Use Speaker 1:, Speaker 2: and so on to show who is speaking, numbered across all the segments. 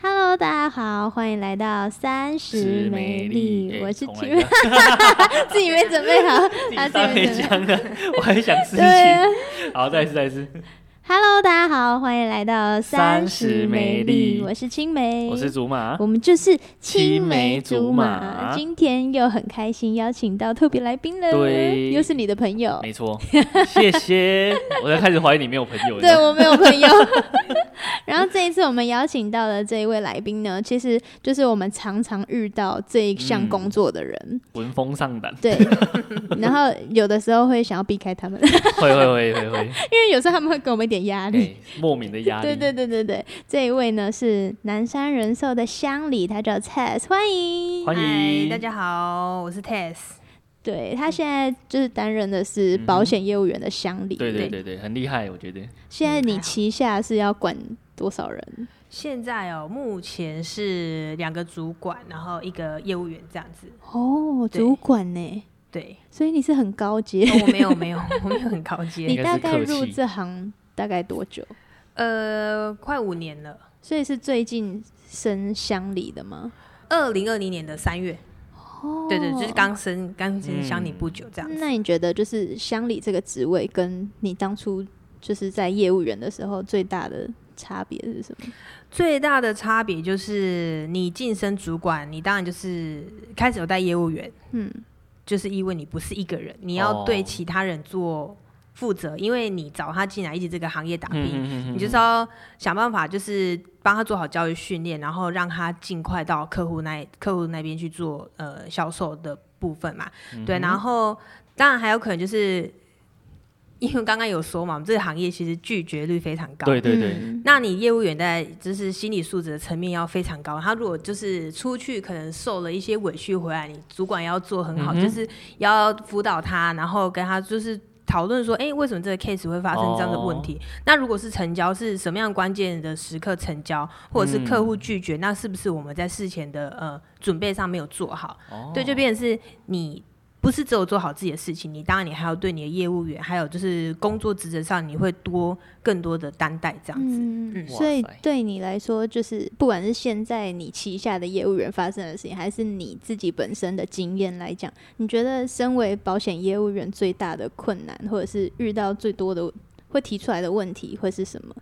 Speaker 1: Hello，大家好，欢迎来到三十美丽，我是
Speaker 2: t
Speaker 1: Q，自 己没准备 好，啊自己
Speaker 2: 三
Speaker 1: 没
Speaker 2: 没
Speaker 1: 准备好。
Speaker 2: 讲的，
Speaker 3: 啊
Speaker 2: 我还想自己。
Speaker 1: 对啊
Speaker 2: 好，再一次，再一次。
Speaker 1: ，Hello，大家好，欢迎来到
Speaker 2: 三
Speaker 1: 十美
Speaker 2: 十美
Speaker 1: 丽，
Speaker 2: 丽
Speaker 1: 我是青梅，
Speaker 2: 我是竹马
Speaker 1: 我，们就是青
Speaker 2: 青
Speaker 1: 梅
Speaker 2: 梅
Speaker 1: 竹
Speaker 2: 竹
Speaker 1: 马，
Speaker 2: 马
Speaker 1: 今天又很开心邀请到特别来宾了，
Speaker 2: 对
Speaker 1: 又是你的朋友，
Speaker 2: 没错。谢谢。我在开始怀疑你没有朋友。你知
Speaker 1: 对
Speaker 2: 道吗
Speaker 1: 我没有 朋友。然后这一次我们邀请到的这一位来宾呢，其实就是我们常常遇到这一项
Speaker 2: 嗯
Speaker 1: 工作的人，
Speaker 2: 闻风丧胆，
Speaker 1: 对。 然后有的时候会想要避开他们， 因
Speaker 2: 会会会会 会，
Speaker 1: 为有时候他们会给我们一点压力。
Speaker 2: 哎，莫名的压力。
Speaker 1: 对对对对对，这一位呢是南山人寿的乡里，他叫 Tess，欢迎。
Speaker 2: 欢
Speaker 3: 嗨，
Speaker 2: 迎
Speaker 3: 大。家好，我是 Tess。
Speaker 1: 对他现在就是担任的是保险业务员的乡里。
Speaker 2: 对对对对，很厉害，我觉得。
Speaker 1: 现在
Speaker 3: 嗯
Speaker 1: 你
Speaker 3: 还好
Speaker 1: 旗下是要管多少人？
Speaker 3: 现在哦，目前是两个主管，然后一个业务员这样子。
Speaker 1: 哦，
Speaker 3: 对
Speaker 1: 主管呢？
Speaker 3: 对，
Speaker 1: 所以你是很高阶。
Speaker 3: 哦我没有没有， 我没有很高
Speaker 1: 你
Speaker 3: 阶。
Speaker 2: 应该
Speaker 1: 大
Speaker 2: 是
Speaker 1: 概
Speaker 2: 客
Speaker 1: 入
Speaker 2: 气
Speaker 1: 这行大概多久？
Speaker 3: 呃，快五年了，
Speaker 1: 所以是最近升乡里的吗？
Speaker 3: 二零二零年的三月，
Speaker 1: 哦
Speaker 3: 对对，就是。刚升刚升乡里
Speaker 2: 嗯
Speaker 3: 不久这样子。
Speaker 1: 那你觉得就是乡里这个职位跟你当初就是在业务员的时候最大的差别是什么？
Speaker 3: 最大的差别就是你晋升主管，你当然就是开始有带业务员，
Speaker 1: 嗯，
Speaker 3: 就是因为你不是一个人，你要对
Speaker 2: 哦
Speaker 3: 其他人做负责，因为你找他进来一起这个行业打拼，
Speaker 2: 嗯
Speaker 3: 你就是要想办法，就是帮他做好教育训练，然后让他尽快到客户那客户那边去做呃销售的部分嘛。
Speaker 2: 嗯
Speaker 3: 对，然后当然还有可能就是，因为刚刚有说嘛，我们这个行业其实拒绝率非常高。
Speaker 2: 对对对，
Speaker 1: 嗯
Speaker 3: 那你业务员在就是心理素质的层面要非常高，他如果就是出去可能受了一些委屈回来，你主管要做很好，
Speaker 2: 嗯哼
Speaker 3: 就是要辅导他，然后跟他就是讨论说，哎、为什么这个 case 会发生这样的问
Speaker 2: 哦
Speaker 3: 题？那如果是成交，是什么样关键的时刻成交，或者是客户拒绝，那是不是我们在事前的呃准备上没有做好？
Speaker 2: 哦
Speaker 3: 对，就变成是你。不是只有做好自己的事情，你当然你还要对你的业务员，还有就是工作职责上，你会多更多的担待这样子。
Speaker 1: 嗯，
Speaker 3: 嗯
Speaker 1: 所以
Speaker 2: 哇塞
Speaker 1: 对你来说，就是不管是现在你旗下的业务员发生的事情，还是你自己本身的经验来讲，你觉得身为保险业务员最大的困难，或者是遇到最多的会提出来的问题会是什么？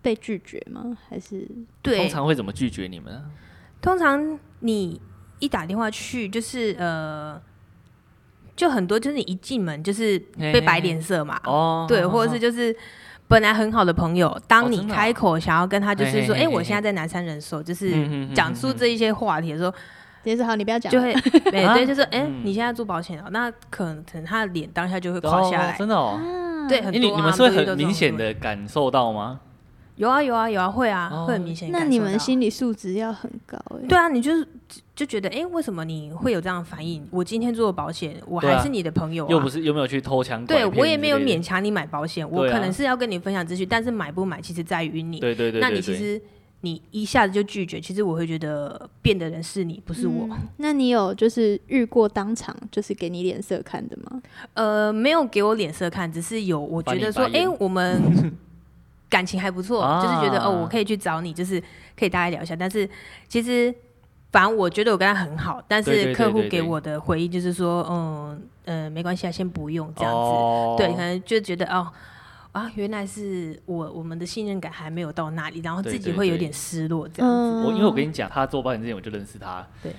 Speaker 1: 被拒绝吗？还是
Speaker 3: 对，
Speaker 2: 通常会怎么拒绝你们啊？
Speaker 3: 通常你一打电话去，就是呃，就很多，就是你一进门就是被摆脸色嘛，
Speaker 2: 哦，
Speaker 3: 对，或者是就是本来很好的朋友，当
Speaker 2: 真
Speaker 3: 你
Speaker 2: 的啊
Speaker 3: 开口想要跟他就是
Speaker 2: 嘿嘿
Speaker 3: 说，
Speaker 2: 嘿嘿
Speaker 3: 哎、我现在在南山人寿，就是
Speaker 2: 是
Speaker 3: 讲出这一些话题的时候，
Speaker 1: 直接说好，你不要讲了，
Speaker 3: 就会，对
Speaker 2: 啊
Speaker 3: 对，就是 哎、
Speaker 2: 嗯
Speaker 3: 你现在做保险了，那可能他的脸当下就会垮下来。
Speaker 2: 真的哦。
Speaker 1: 啊
Speaker 3: 对，很
Speaker 2: 你
Speaker 3: 多
Speaker 2: 你
Speaker 3: 啊、
Speaker 2: 们是会
Speaker 3: 不遇到
Speaker 2: 很
Speaker 3: 这种
Speaker 2: 明显
Speaker 3: 问题，
Speaker 2: 的感受到吗？
Speaker 3: 有啊有啊有啊，会啊，
Speaker 2: 哦
Speaker 3: 会很明显地
Speaker 1: 那
Speaker 3: 感受到。
Speaker 1: 你们心理素质要很高哎、
Speaker 3: 对啊，你就是就觉得，哎、为什么你会有这样的反应？我今天做保险，我
Speaker 2: 对
Speaker 3: 还
Speaker 2: 啊
Speaker 3: 是你的朋友、啊
Speaker 2: 又不是又没有去偷抢拐
Speaker 3: 对
Speaker 2: 骗
Speaker 3: 我也没有
Speaker 2: 之类的
Speaker 3: 勉强你买保险，我
Speaker 2: 对啊
Speaker 3: 可能是要跟你分享资讯，但是买不买其实在于你。
Speaker 2: 对对对对对，
Speaker 3: 那你其实你一下子就拒绝，其实我会觉得变的人是你，不是我。
Speaker 1: 嗯那你有就是遇过当场就是给你脸色看的吗？
Speaker 3: 呃，没有给我脸色看，只是有我觉得说，
Speaker 2: 翻你白
Speaker 3: 哎、
Speaker 2: 眼
Speaker 3: 我们感情还不 错，
Speaker 2: 啊
Speaker 3: 就是觉得哦，我可以去找你，就是可以大家聊一下。但是其实，反正我觉得我跟他很好，但
Speaker 2: 对
Speaker 3: 是
Speaker 2: 对对
Speaker 3: 客户
Speaker 2: 对对
Speaker 3: 给我的回应就是说，嗯呃，没关系啊，先不用这样子。
Speaker 2: 哦
Speaker 3: 对，可能就觉得哦。啊，原来是我我们的信任感还没有到那里，然后
Speaker 2: 对
Speaker 3: 自己
Speaker 2: 对
Speaker 3: 会有
Speaker 2: 对
Speaker 3: 点失落这样子。
Speaker 1: 嗯，
Speaker 2: 我因为我跟你讲，他做保险之前我就认识他，
Speaker 3: 对，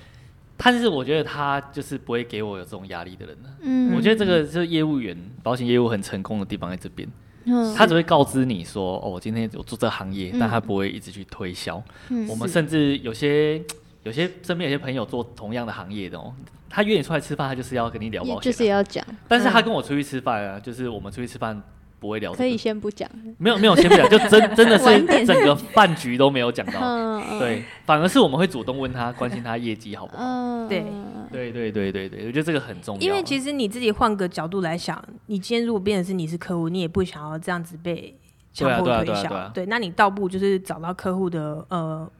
Speaker 2: 但是我觉得他就是不会给我有这种压力的人啊、
Speaker 1: 嗯
Speaker 2: 我觉得这个就是业务员，保险业务很成功的地方在这边，
Speaker 1: 嗯
Speaker 2: 他只会告知你说，哦，我今天有做这行业，
Speaker 1: 嗯
Speaker 2: 但他不会一直去推销。
Speaker 1: 嗯
Speaker 2: 我们
Speaker 3: 是
Speaker 2: 甚至有些有些身边有些朋友做同样的行业的哦，他约你出来吃饭，他就是要跟你聊
Speaker 1: 也
Speaker 2: 保
Speaker 1: 就是
Speaker 2: 险啊、
Speaker 1: 要嗯讲，
Speaker 2: 但是他跟我出去吃饭啊，就是我们出去吃饭不会聊、这
Speaker 1: 可
Speaker 2: 个
Speaker 1: 以先不讲。
Speaker 2: 没有没有，先不讲，就真真的
Speaker 1: 晚点
Speaker 2: 是整个饭局都没有 讲到。
Speaker 1: 嗯，
Speaker 2: 对，反而是我们会主动问他，关心他业绩好不好。
Speaker 1: 嗯，嗯
Speaker 2: 对
Speaker 3: 对
Speaker 2: 对对对对，我觉得这个很重要。啊
Speaker 3: 因为其
Speaker 2: 实
Speaker 3: 实你自己换个角度来想，你今天如果变成是你是客户，你也不想要这样子被强迫
Speaker 2: 对啊
Speaker 3: 推
Speaker 2: 对啊对啊对
Speaker 3: 销
Speaker 2: 啊，
Speaker 3: 对，那你倒不如就是找到客户的呃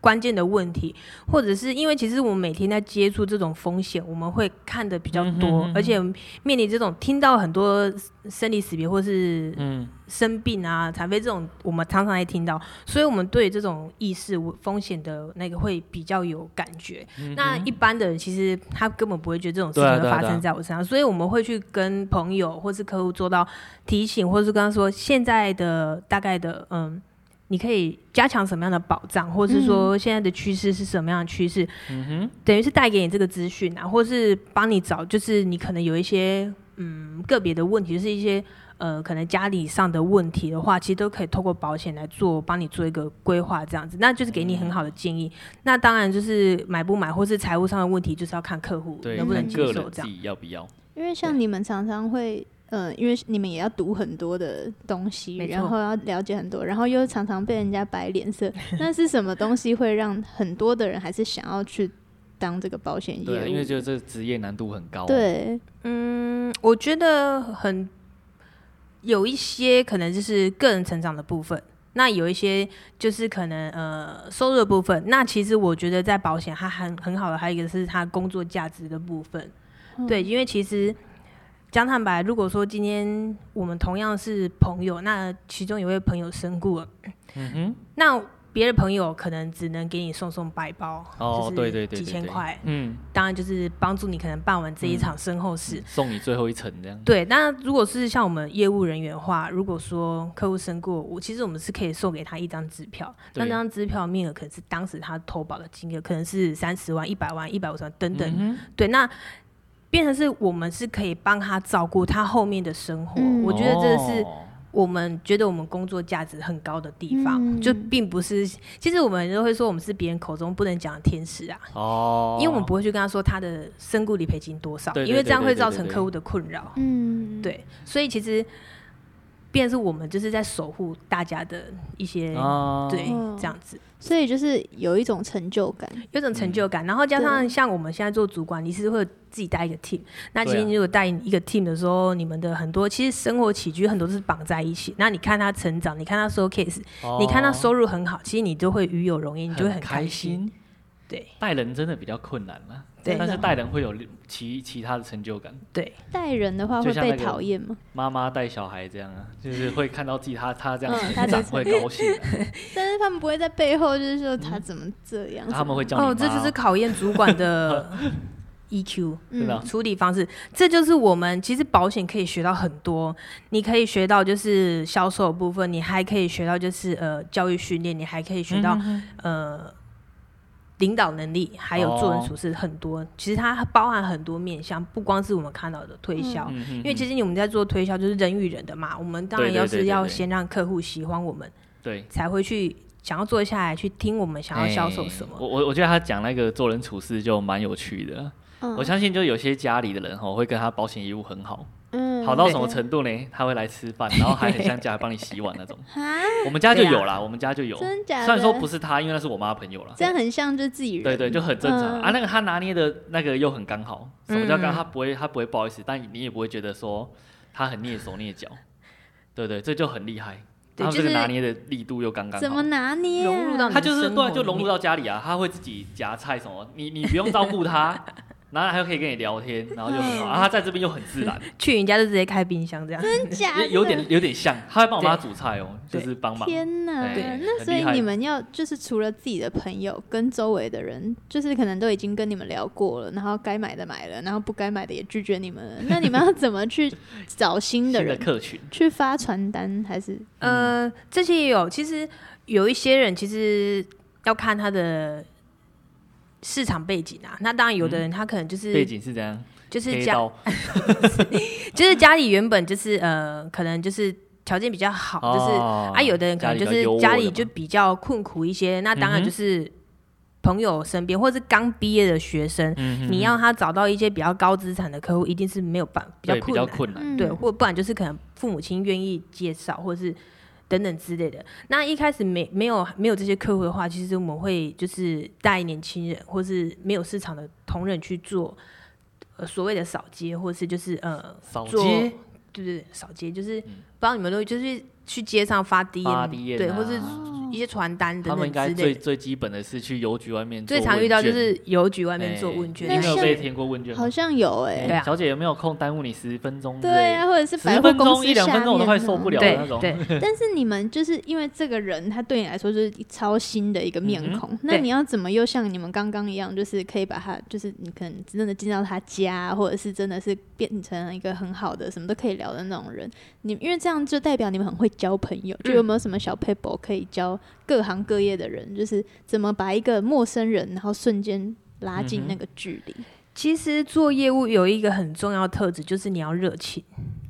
Speaker 3: 关键的问题，或者是因为其实我们每天在接触这种风险，我们会看的比较
Speaker 2: 嗯哼
Speaker 3: 多，
Speaker 2: 哼
Speaker 3: 而且面临这种听到很多生离死别或是
Speaker 2: 嗯，
Speaker 3: 生病啊、残废这种，我们常常也听到，所以我们对这种意识风险的那个会比较有感觉。那一般的人其实他根本不会觉得这种事
Speaker 2: 嗯对啊
Speaker 3: 情会
Speaker 2: 对啊
Speaker 3: 发
Speaker 2: 对啊
Speaker 3: 生在我身上，所以我们会去跟朋友或是客户做到提醒，或是跟他说现在的大概的嗯。你可以加强什么样的保障，或是
Speaker 2: 嗯
Speaker 3: 说现在的趋势是什么样的趋势？嗯哼，等于是带给你这个资讯啊，或是帮你找，就是你可能有一些嗯个别的问题，就是一些呃可能家里上的问题的话，其实都可以透过保险来做，帮你做一个规划这样子，那就是给你很
Speaker 2: 嗯
Speaker 3: 好的建议。那当然就是买不买或是财务上的问题，就是要看客户
Speaker 2: 对，
Speaker 3: 能不能
Speaker 2: 看
Speaker 3: 接
Speaker 2: 个
Speaker 3: 受
Speaker 2: 人
Speaker 3: 这
Speaker 2: 自
Speaker 3: 样。
Speaker 2: 己要不要？
Speaker 1: 因为像你们常常会，呃，因为你们也要读很多的东西，
Speaker 3: 没错
Speaker 1: 然后要了解很多，然后又常常被人家摆脸 色，那是什么东西会让很多的人还是想要去当这个保险业务？
Speaker 2: 对啊，因为就这职业难度很高。，啊
Speaker 1: 对
Speaker 3: 嗯，我觉得很有一些可能就是个人成长的部分，那有一些就是可能呃收入的部分。那其实我觉得在保险它很很好的，还有一个是它工作价值的部分。对，因为其实讲坦白，如果说今天我们同样是朋友，那其中有位朋友身故了，嗯哼，那。别的朋友可能只能给你送送白包，
Speaker 2: 哦
Speaker 3: 就是
Speaker 2: 对对对
Speaker 3: 几
Speaker 2: 对
Speaker 3: 千
Speaker 2: 对
Speaker 3: 块，
Speaker 2: 嗯，
Speaker 3: 当然就是帮助你可能办完这一场身后事。
Speaker 2: 送你最后一层这样。
Speaker 3: 对，那如果是像我们业务人员的话，如果说客户身故，我其实我们是可以送给他一张支票，那
Speaker 2: 对
Speaker 3: 那张支票面额可能是当时他投保的金额，可能是三十万、一百万、一百五十万等等。
Speaker 2: 嗯
Speaker 3: 对，那变成是我们是可以帮他照顾他后面的生活，
Speaker 1: 嗯
Speaker 2: 哼，
Speaker 3: 我觉得这是
Speaker 2: 哦
Speaker 3: 我们觉得我们工作价值很高的地方，
Speaker 1: 嗯
Speaker 3: 就并不是。其实我们都会说我们是别人口中不能讲的天使啊，
Speaker 2: 哦，
Speaker 3: 因为我们不会去跟他说他的身故理赔金多少，
Speaker 2: 对对
Speaker 3: 因为这样
Speaker 2: 对
Speaker 3: 会
Speaker 2: 对
Speaker 3: 造
Speaker 2: 对
Speaker 3: 成
Speaker 2: 对
Speaker 3: 客户的困扰。
Speaker 1: 嗯，
Speaker 3: 对，所以其实，便是我们就是在守护大家的一些、
Speaker 2: 啊，
Speaker 3: 对
Speaker 1: 哦
Speaker 3: 这样子，
Speaker 1: 所以就是有一种成就感，
Speaker 3: 有种成
Speaker 2: 嗯
Speaker 3: 就感。然后加上像我们现在做主管，你是会有自己带一个 team。那其
Speaker 2: 对
Speaker 3: 实
Speaker 2: 啊
Speaker 3: 你如果带一个 team 的时候，你们的很多其实生活起居很多都是绑在一起。那你看他成长，你看他收 case，、
Speaker 2: 哦
Speaker 3: 你看他收入很好，其实你都会与有荣焉，你就会
Speaker 2: 很
Speaker 3: 开
Speaker 2: 开心。
Speaker 3: 对
Speaker 2: 带人真的比较困难了，
Speaker 3: 对
Speaker 2: 但是带人会有其其他的成就感。
Speaker 3: 对，
Speaker 1: 带人的话
Speaker 2: 就
Speaker 1: 会
Speaker 2: 像
Speaker 1: 被
Speaker 2: 那个
Speaker 1: 讨厌吗？
Speaker 2: 妈妈带小孩这样啊，就是会看到自己他他这样
Speaker 1: 嗯
Speaker 2: 成长会高兴啊，
Speaker 1: 但是他们不会在背后就是说他怎么这样，
Speaker 2: 嗯他们会叫你
Speaker 3: 哦，这就是
Speaker 2: 妈
Speaker 3: 考验主管的 EQ。
Speaker 1: 嗯
Speaker 2: 真的啊
Speaker 3: 处理方式，这就是我们其实保险可以学到很多。你可以学到就是销售的部分，你还可以学到就是呃教育训练，你还可以学
Speaker 2: 嗯
Speaker 3: 到、呃领导能力，还有做人处事很多。其实它包含很多面向，不光是我们看到的推销。
Speaker 2: 嗯嗯
Speaker 3: 哦因为其实我们在做推销就是人与人的嘛，我们当然
Speaker 2: 对对
Speaker 3: 要
Speaker 2: 对
Speaker 3: 是
Speaker 2: 对
Speaker 3: 要
Speaker 2: 对
Speaker 3: 先让客户喜欢我们，
Speaker 2: 嗯对
Speaker 3: 才会去想要坐下来去听我们想要销售什么。
Speaker 2: 哎我我我觉得他讲那个做人处事就蛮有趣的。
Speaker 1: 嗯
Speaker 2: 我相信就有些家里的人吼会跟他保险业务很好，
Speaker 1: 嗯
Speaker 2: 好到什么程度呢？他会来吃饭，然后还很像家人帮你洗碗那种。
Speaker 1: 啊？
Speaker 2: 我们家就
Speaker 3: 对啊
Speaker 2: 有啦，我们家就有。
Speaker 1: 真假的？
Speaker 2: 虽然说不是他，因为那是我妈朋友啦。
Speaker 1: 这样很像就自己人，
Speaker 2: 对对，就很正常、
Speaker 1: 嗯
Speaker 2: 啊。那个他拿捏的那个又很刚好，什么叫刚
Speaker 3: 嗯
Speaker 2: 好？他不会他不会不好意思，但你也不会觉得说他很蹑手蹑脚。对对，这就很厉害。
Speaker 3: 对
Speaker 2: 他们这
Speaker 3: 就
Speaker 2: 个
Speaker 3: 是
Speaker 2: 拿捏的力度又刚刚好。
Speaker 1: 怎么拿捏啊、
Speaker 3: 融入到你
Speaker 2: 他就是
Speaker 3: 生活
Speaker 2: 对啊，就
Speaker 3: 里
Speaker 2: 融入
Speaker 3: 面
Speaker 2: 到家里啊，他会自己夹菜什么，你你不用照顾 他，然后他又可以跟你聊天，然后就很好，然后他在这边又很自 然，
Speaker 3: 去人家就直接开冰箱这样。
Speaker 1: 假
Speaker 2: 有
Speaker 1: 的
Speaker 2: 有点有点像，他会帮我妈煮菜哦，就
Speaker 3: 对
Speaker 2: 是帮忙。
Speaker 1: 天哪
Speaker 2: 对！
Speaker 1: 那
Speaker 2: 很
Speaker 1: 所以
Speaker 2: 厉害
Speaker 1: 你们要就是除了自己的朋友跟周围的人，就是可能都已经跟你们聊过了，然后该买的买了，然后不该买的也拒绝你们了。那你们要怎么去 找新的
Speaker 2: 新的
Speaker 1: 人？
Speaker 2: 客群，
Speaker 1: 去发传单还是
Speaker 3: 呃，这些也有。其实有一些人其实要看他的市场背景啊。那当然，有的人他可能就是、
Speaker 2: 嗯背景是这样，
Speaker 3: 就是
Speaker 2: 黑
Speaker 3: 家
Speaker 2: 道
Speaker 3: 就是家里原本就是呃，可能就是条件比较好，就是
Speaker 2: 哦
Speaker 3: 啊，有的人可能就是家里就比较困苦一些。那当
Speaker 2: 嗯
Speaker 3: 然就是朋友身边或者是刚毕业的学生，
Speaker 2: 嗯
Speaker 3: 你要他找到一些比较高资产的客户，一定是没有办比
Speaker 2: 比较
Speaker 3: 较
Speaker 2: 优渥的嘛对比较困
Speaker 3: 困难。
Speaker 2: 难，
Speaker 3: 对，或不然就是可能父母亲愿意介绍，或是等等之类的。那一开始没没有没有这些客户的话，其实我们会就是带年轻人，或是没有市场的同仁去做呃所谓的扫街，或是就是呃
Speaker 2: 扫
Speaker 3: 做
Speaker 2: 街嗯
Speaker 3: 对对对扫街，就是、不知道你们都就是去街上发 DM，
Speaker 2: 发 DM
Speaker 3: 对，
Speaker 1: 哦
Speaker 2: 啊
Speaker 3: 或是
Speaker 1: 嗯
Speaker 3: 一些传单
Speaker 2: 他
Speaker 3: 等
Speaker 2: 们应该
Speaker 3: 等之类
Speaker 2: 最
Speaker 3: 的。
Speaker 2: 最基本的是去邮局外面做
Speaker 3: 最
Speaker 2: 问卷，
Speaker 3: 常遇到就是邮局外面做
Speaker 2: 哎
Speaker 3: 问卷，啊
Speaker 1: 那
Speaker 2: 你没有
Speaker 1: 像
Speaker 2: 被填过问卷吗？
Speaker 1: 好像有哎、
Speaker 2: 哎
Speaker 3: 对啊
Speaker 2: 小姐有没有空耽误你十分钟之类的？
Speaker 1: 对啊，或者是百
Speaker 2: 十
Speaker 1: 货
Speaker 2: 分
Speaker 1: 公
Speaker 2: 钟
Speaker 1: 司
Speaker 2: 一两
Speaker 1: 下
Speaker 2: 分钟我都
Speaker 1: 面
Speaker 2: 快
Speaker 1: 啊
Speaker 2: 受不了
Speaker 3: 对
Speaker 2: 那种
Speaker 3: 对，
Speaker 1: 但是你们就是因为这个人，他对你来说就是超新的一个面孔，那
Speaker 3: 嗯对
Speaker 1: 你要怎么又像你们刚刚一样，就是可以把他，就是你可能真的进到他家，或者是真的是变成一个很好的什么都可以聊的那种人？你因为这样就代表你们很会交朋友，
Speaker 3: 嗯
Speaker 1: 就有没有什么小 paper 可以教各行各业的人，就是怎么把一个陌生人，然后瞬间拉
Speaker 3: 嗯
Speaker 1: 近那个距离？
Speaker 3: 其实做业务有一个很重要的特质，就是你要热情。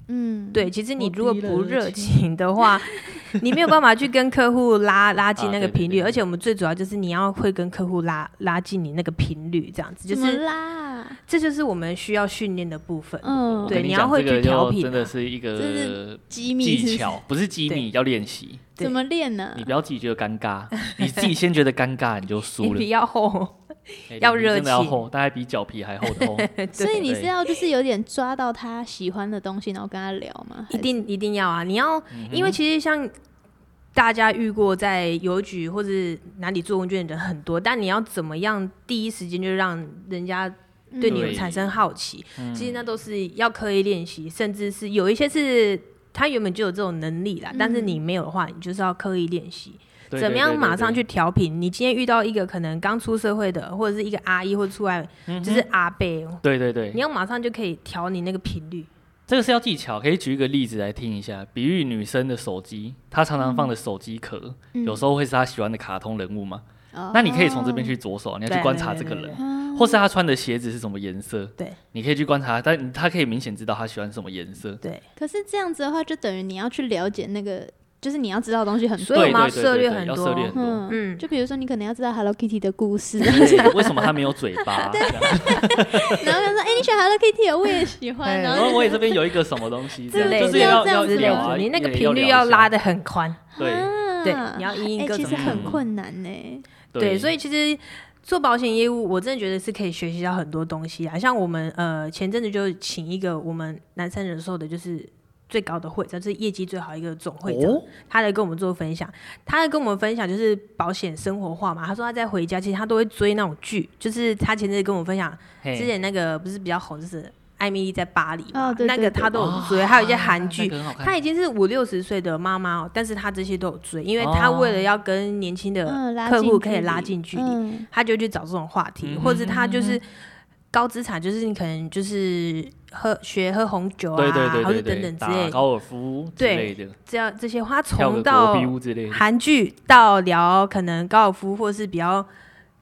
Speaker 1: 嗯，
Speaker 3: 对，其实你
Speaker 2: 我
Speaker 3: 如果
Speaker 2: 低了
Speaker 3: 不
Speaker 2: 热
Speaker 3: 热情 的话，你没有办法去跟客户拉拉近
Speaker 2: 啊
Speaker 3: 那个
Speaker 2: 对对
Speaker 3: 频率。
Speaker 2: 对
Speaker 3: 而且我们最主要就是你要会跟客户拉拉近你那个频率，这样子就
Speaker 1: 怎么
Speaker 3: 是
Speaker 1: 啦？
Speaker 3: 这就是我们需要训练的部分。
Speaker 1: 嗯
Speaker 2: 我，
Speaker 3: 对
Speaker 2: 跟
Speaker 3: 你
Speaker 2: 讲
Speaker 3: 要会
Speaker 2: 这个
Speaker 3: 去调
Speaker 2: 就
Speaker 3: 频
Speaker 2: 真的
Speaker 3: 啊
Speaker 2: 是一
Speaker 1: 这
Speaker 2: 个
Speaker 1: 是机密是不
Speaker 2: 技
Speaker 1: 是
Speaker 2: 巧，不是机密，要练习。
Speaker 1: 怎么练啊呢、
Speaker 2: 你不要自己觉得尴尬，你自己先觉得尴尬，你就
Speaker 3: 嗯 你
Speaker 2: 输了
Speaker 3: 比。较厚，
Speaker 2: 哎
Speaker 3: 要
Speaker 2: 你
Speaker 3: 热
Speaker 2: 真的要
Speaker 3: 情
Speaker 2: 厚，大概比脚皮还厚 的厚。
Speaker 1: 所以你是
Speaker 2: 对
Speaker 1: 要就是有点抓到他喜欢的东西，然后跟他聊吗？
Speaker 3: 一
Speaker 1: 还
Speaker 3: 定一定要啊！你要，
Speaker 2: 嗯哼
Speaker 3: 因为其实像大家遇过在邮局或是哪里做问卷的人很多，但你要怎么样第一时间就让人家
Speaker 1: 是嗯
Speaker 3: 对你有
Speaker 2: 对
Speaker 3: 产生好奇？
Speaker 2: 嗯
Speaker 3: 其实那都是要刻意练习，甚至是有一些是他原本就有这种能力啦，
Speaker 1: 嗯
Speaker 3: 但是你没有的话，你就是要刻意练习，
Speaker 2: 对
Speaker 3: 怎么
Speaker 2: 对
Speaker 3: 样
Speaker 2: 对
Speaker 3: 马上
Speaker 2: 对
Speaker 3: 去调频。你今天遇到一个可能刚出社会的，或者是一个阿姨，或者出来
Speaker 2: 嗯
Speaker 3: 就是阿伯，
Speaker 2: 对对对
Speaker 3: 你，要马上就可以调你那个频率。
Speaker 2: 这个是要技巧，可以举一个例子来听一下。比喻女生的手机，她常
Speaker 3: 嗯
Speaker 2: 常放的手机壳，有时候会是她喜欢的卡通人物嘛。
Speaker 1: 哦
Speaker 2: 那你可以从这边去着手，你要去
Speaker 3: 对
Speaker 2: 观
Speaker 3: 对
Speaker 2: 察
Speaker 3: 对
Speaker 2: 这个
Speaker 3: 对
Speaker 2: 人，
Speaker 1: 啊
Speaker 2: 或是她穿的鞋子是什么颜色，
Speaker 3: 对
Speaker 2: 你可以去观察，但她可以明显知道她喜欢什么颜色。
Speaker 3: 对，
Speaker 1: 可是这样子的话，就等于你要去了解那个，就是你要知道的东西很多。
Speaker 3: 所以我
Speaker 2: 对
Speaker 3: 们要
Speaker 2: 对对
Speaker 3: 涉
Speaker 2: 对
Speaker 3: 猎
Speaker 2: 对
Speaker 3: 很
Speaker 2: 要
Speaker 3: 多
Speaker 2: 涉猎很多。
Speaker 1: 嗯
Speaker 3: 嗯
Speaker 1: 就比如说你可能要知道 Hello Kitty 的故事， 然后
Speaker 2: 对，为什么她没有嘴 巴？这样
Speaker 1: 他说：“哎、你喜欢 Hello Kitty，哦我也喜欢。”
Speaker 3: 对
Speaker 1: 然
Speaker 2: 然
Speaker 1: 后
Speaker 2: 后我也这边有一个什么东西，这
Speaker 3: 之
Speaker 2: 样
Speaker 3: 类
Speaker 2: 就是
Speaker 3: 的
Speaker 2: 要
Speaker 1: 要
Speaker 2: 要
Speaker 1: 这
Speaker 3: 之类
Speaker 1: 样
Speaker 2: 聊
Speaker 1: 子
Speaker 2: 啊
Speaker 3: 的，你那个
Speaker 2: 也
Speaker 3: 频
Speaker 2: 要
Speaker 3: 率要
Speaker 2: 聊一下
Speaker 3: 拉嗯的很宽，
Speaker 2: 对
Speaker 3: 对，你要因
Speaker 1: 哎、
Speaker 3: 应各
Speaker 1: 其
Speaker 3: 种嗯
Speaker 1: 实
Speaker 3: 情
Speaker 1: 很
Speaker 3: 况。
Speaker 1: 困难呢、
Speaker 3: 对，所以其实做保险业务，我真的觉得是可以学习到很多东西啊。像我们呃前阵子就请一个我们南山人寿的，就是。最高的会长，就是业绩最好一个总会长，
Speaker 2: 哦
Speaker 3: 他来跟我们做分享。他来跟我们分享就是保险生活化嘛。他说他在回家，其实他都会追那种剧，就是他前阵子跟我分享，
Speaker 2: 嘿
Speaker 3: 之前那个不是比较红，就是《艾米丽在巴黎》嘛，
Speaker 1: 哦对对
Speaker 3: 那个
Speaker 1: 对
Speaker 3: 他都有追，
Speaker 2: 哦
Speaker 3: 还有一些韩剧
Speaker 2: 那个很好看
Speaker 3: 她已经是五六十岁的妈妈哦，但是她这些都有追，因为她
Speaker 2: 哦
Speaker 3: 为了要跟年轻的
Speaker 1: 嗯，拉
Speaker 3: 客
Speaker 1: 近
Speaker 3: 户
Speaker 1: 距
Speaker 3: 可以
Speaker 1: 离
Speaker 3: 拉近距离，
Speaker 1: 嗯
Speaker 3: 她就去找这种话题，
Speaker 2: 嗯
Speaker 3: 或者是她就是高资产，就是你可能就是喝学喝红酒啊，
Speaker 2: 对对对
Speaker 3: 或者
Speaker 2: 对对，
Speaker 3: 等等之
Speaker 2: 打
Speaker 3: 类，
Speaker 2: 高尔夫之类的，
Speaker 3: 这样这些话，她
Speaker 2: 跳
Speaker 3: 从
Speaker 2: 个
Speaker 3: 到
Speaker 2: 国标舞之类的，
Speaker 3: 韩剧到聊可能高尔夫或是比较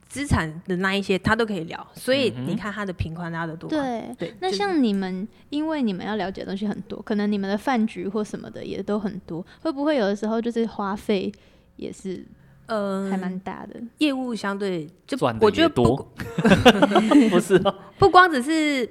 Speaker 3: 资产的那一些，她都可以聊，所以
Speaker 2: 嗯哼
Speaker 3: 你看她的频宽拉的多宽。
Speaker 1: 对，
Speaker 3: 对，
Speaker 1: 那
Speaker 3: 就是
Speaker 1: 像你们，因为你们要了解的东西很多，可能你们的饭局或什么的也都很多，会不会有的时候就是花费也是
Speaker 3: 呃，
Speaker 2: 嗯
Speaker 1: 还蛮大的？
Speaker 3: 业务相对就
Speaker 2: 赚的
Speaker 3: 我觉
Speaker 2: 也
Speaker 3: 得不
Speaker 2: 多， 不是 哦，
Speaker 3: 不光只是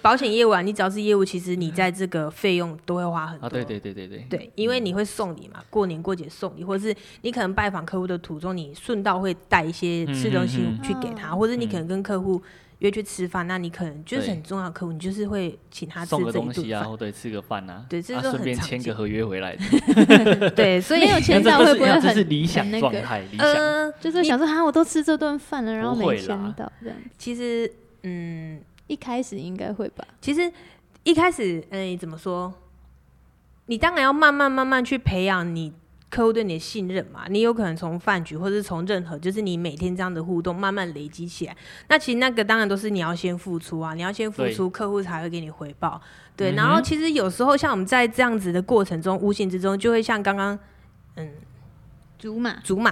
Speaker 3: 保险业务啊，你只要是业务，其实你在这个费用都会花很多。
Speaker 2: 啊，对对嗯对对对，
Speaker 3: 对因为你会送礼嘛，过年过节送礼，或是你可能拜访客户的途中，你顺道会带一些吃东西
Speaker 2: 嗯
Speaker 1: 嗯
Speaker 3: 去给他，
Speaker 1: 嗯
Speaker 3: 或者你可能跟客户约去吃饭，那你可能就是
Speaker 2: 对
Speaker 3: 很重要的客户，你就是会请他吃
Speaker 2: 送个
Speaker 3: 这一
Speaker 2: 东西
Speaker 3: 顿
Speaker 2: 啊，
Speaker 3: 饭。
Speaker 2: 或对，吃个饭啊，
Speaker 3: 对这
Speaker 2: 啊
Speaker 3: 都
Speaker 2: 顺
Speaker 3: 很
Speaker 2: 便
Speaker 3: 常
Speaker 2: 签个
Speaker 3: 见
Speaker 2: 合约回来的，
Speaker 3: 对，所以
Speaker 1: 没有签到
Speaker 2: 这
Speaker 1: 会
Speaker 2: 是
Speaker 1: 不会
Speaker 2: 这
Speaker 1: 很
Speaker 2: 是理想
Speaker 1: 很那
Speaker 2: 状
Speaker 1: 个？
Speaker 2: 态，理想
Speaker 3: 呃，
Speaker 1: 就是想说，哈，我都吃这顿饭了，然后
Speaker 2: 不
Speaker 1: 没
Speaker 2: 会
Speaker 1: 签
Speaker 2: 啦
Speaker 1: 到，这样
Speaker 3: 其实嗯，
Speaker 1: 一开始应该会吧？
Speaker 3: 其实一开始，哎、怎么说？你当然要慢慢慢慢去培养你客户对你的信任嘛。你有可能从饭局，或者是从任何，就是你每天这样的互动，慢慢累积起来。那其实那个当然都是你要先付出啊，你要先付
Speaker 2: 对
Speaker 3: 出，客户才会给你回报。对，
Speaker 2: 嗯哼
Speaker 3: 然后其实有时候像我们在这样子的过程中，无形之中就会像刚刚
Speaker 1: 竹马，
Speaker 3: 竹马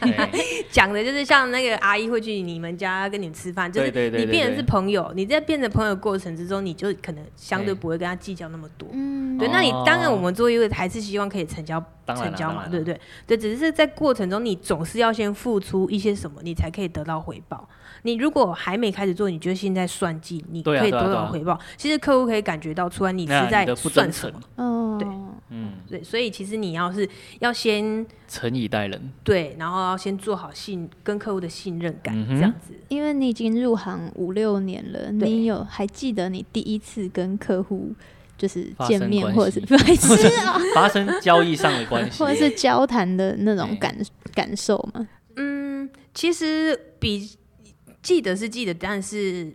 Speaker 2: 对
Speaker 3: 讲的，就是像那个阿姨会去你们家 跟你们吃饭，就是
Speaker 2: 对对对
Speaker 3: 你
Speaker 2: 对
Speaker 3: 变成
Speaker 2: 对
Speaker 3: 是朋友。你在变成朋友的过程之中，你就可能相对
Speaker 2: 对
Speaker 3: 不会跟他计较那么多。
Speaker 1: 嗯，
Speaker 3: 对，那你
Speaker 2: 哦
Speaker 3: 当然我们做业务还是希望可以成交
Speaker 2: 当然
Speaker 3: 成
Speaker 2: 啦
Speaker 3: 交
Speaker 2: 当
Speaker 3: 嘛，
Speaker 2: 然
Speaker 3: 对不对？对，只是在过程中你总是要先付出一些什么，你才可以得到回报。你如果还没开始做，你就现在算计，你
Speaker 2: 对啊
Speaker 3: 可以
Speaker 2: 对
Speaker 3: 得
Speaker 2: 啊对
Speaker 3: 到
Speaker 2: 啊
Speaker 3: 回报。其实客户可以感觉到出来你是
Speaker 2: 那
Speaker 3: 在
Speaker 2: 你的不
Speaker 3: 算
Speaker 2: 真
Speaker 3: 什
Speaker 2: 诚
Speaker 3: 么。，
Speaker 1: 哦，
Speaker 3: 对
Speaker 2: 嗯，
Speaker 3: 对，所以其实你要是要先
Speaker 2: 诚以待 人，
Speaker 3: 对，然后要先做好信跟客户的信任感，
Speaker 2: 嗯哼
Speaker 3: 这样子。
Speaker 1: 因为你已经入行五六年了，
Speaker 3: 对
Speaker 1: 你有还记得你第一次跟客户就是
Speaker 2: 发
Speaker 1: 见
Speaker 2: 生
Speaker 1: 面
Speaker 2: 关
Speaker 1: 或者
Speaker 2: 系
Speaker 1: 是白 痴啊，
Speaker 2: 发生交易上的关系，
Speaker 1: 或者是交谈的那种
Speaker 2: 对
Speaker 1: 感感受嘛。
Speaker 3: 嗯，其实比记得是记得，但是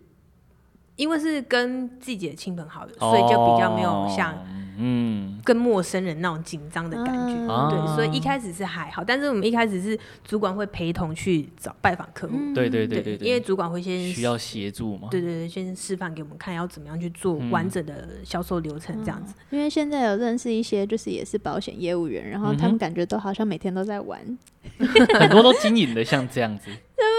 Speaker 3: 因为是跟自己的亲朋好友，所以就比较没有像
Speaker 2: 哦嗯
Speaker 3: 跟陌生人那种紧张的感觉。
Speaker 1: 啊
Speaker 3: 对，所以一开始是还好，但是我们一开始是主管会陪同去找拜访客户，
Speaker 1: 嗯
Speaker 2: 对对对
Speaker 3: 对
Speaker 2: 对对，
Speaker 3: 因为主管会先
Speaker 2: 需要协助嘛，
Speaker 3: 对对对，先示范给我们看要怎么样去做
Speaker 2: 嗯
Speaker 3: 完整的销售流程，这样子。
Speaker 1: 因为现在有认识一些就是也是保险业务员，然后他
Speaker 2: 嗯
Speaker 1: 们
Speaker 2: 哼
Speaker 1: 感觉都好像每天都在玩，
Speaker 2: 很多都经营的像这样 子。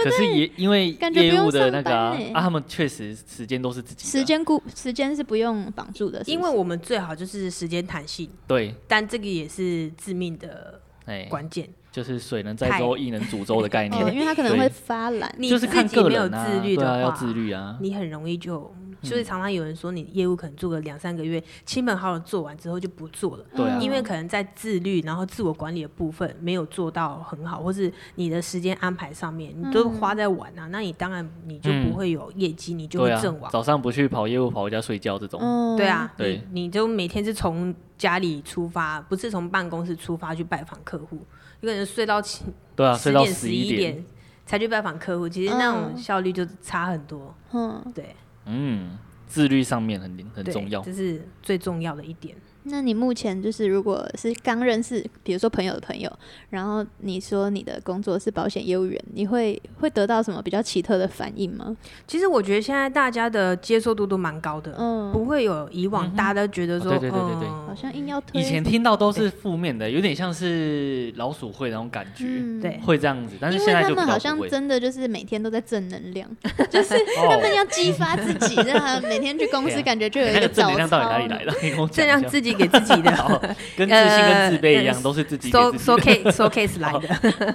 Speaker 2: 可是也因为
Speaker 1: 感觉不
Speaker 2: 业
Speaker 1: 用
Speaker 2: 务的那个
Speaker 1: 上
Speaker 2: 啊
Speaker 1: 班欸，
Speaker 2: 啊他们确实时间都是自己的啊
Speaker 1: 时间固时间是不用绑住的，是不是
Speaker 3: 因为我们最好就是时间弹性，
Speaker 2: 啊对，
Speaker 3: 但这个也是致命的
Speaker 2: 哎，
Speaker 3: 关键。
Speaker 2: 就是水能载舟，亦能煮粥的概
Speaker 1: 哦，因
Speaker 2: 念，
Speaker 1: 为他可能会
Speaker 2: 嗯对
Speaker 1: 发懒，
Speaker 3: 你
Speaker 2: 就是看个人
Speaker 3: 自己没有
Speaker 2: 啊，
Speaker 3: 自律
Speaker 2: 对
Speaker 3: 的话
Speaker 2: 啊，要自律啊，嗯
Speaker 3: 你很容易就，就是常常有人说你业务可能做个两三个月，亲朋好友做完之后就不做了。
Speaker 2: 对啊
Speaker 1: 嗯
Speaker 3: 因为可能在自律，然后自我管理的部分没有做到很好，或是你的时间安排上面，你都
Speaker 2: 嗯
Speaker 3: 花在玩啊，那你当然你就不会有业绩，你就会
Speaker 2: 对啊
Speaker 3: 阵，亡。
Speaker 2: 早上不去跑业务，跑回家睡觉这种，
Speaker 1: 嗯
Speaker 3: 对，啊，
Speaker 2: 对
Speaker 3: 你你就每天是从家里出发，不是从办公室出发去拜访客户，有可能睡到七
Speaker 2: 对啊，
Speaker 3: 十
Speaker 2: 睡到
Speaker 3: 点
Speaker 2: 十
Speaker 3: 十
Speaker 2: 一
Speaker 3: 一
Speaker 2: 点，
Speaker 3: 点才去拜访客户，其实那种
Speaker 1: 嗯
Speaker 3: 效率就差很多。
Speaker 1: 嗯，
Speaker 3: 对，
Speaker 2: 嗯，自律上面很很
Speaker 3: 对
Speaker 2: 重要，
Speaker 3: 这是最重要的一点。
Speaker 1: 那你目前就是如果是刚认识，比如说朋友的朋友，然后你说你的工作是保险业务员，你会会得到什么比较奇特的反应吗？
Speaker 3: 其实我觉得现在大家的接受度都蛮高的，
Speaker 1: 嗯，
Speaker 3: 不会有以往大家都觉得说，
Speaker 2: 哦对对对对对
Speaker 3: 嗯
Speaker 1: 好像硬要推，
Speaker 2: 以前听到都是负面的，有点像是老鼠会那种感觉，
Speaker 1: 嗯
Speaker 3: 对
Speaker 2: 会这样子，但是
Speaker 1: 因
Speaker 2: 现
Speaker 1: 为
Speaker 2: 在
Speaker 1: 他
Speaker 2: 就比
Speaker 1: 们好
Speaker 2: 较
Speaker 1: 像
Speaker 2: 不会。
Speaker 1: 真的就是每天都在正能量， 就是他
Speaker 2: 哦
Speaker 1: 们要激发自己，让他每天去公司
Speaker 2: 对啊
Speaker 1: 感觉就有一
Speaker 2: 那个正
Speaker 1: 早
Speaker 2: 能量到底哪里
Speaker 1: 操
Speaker 2: 来。的？你跟我讲
Speaker 3: 这样
Speaker 2: 一下。
Speaker 3: 自己给自己的
Speaker 2: 好， 跟自信跟自卑一样，
Speaker 3: 呃
Speaker 2: 都是自己给
Speaker 3: so
Speaker 2: 自己
Speaker 3: so case so case 来 的。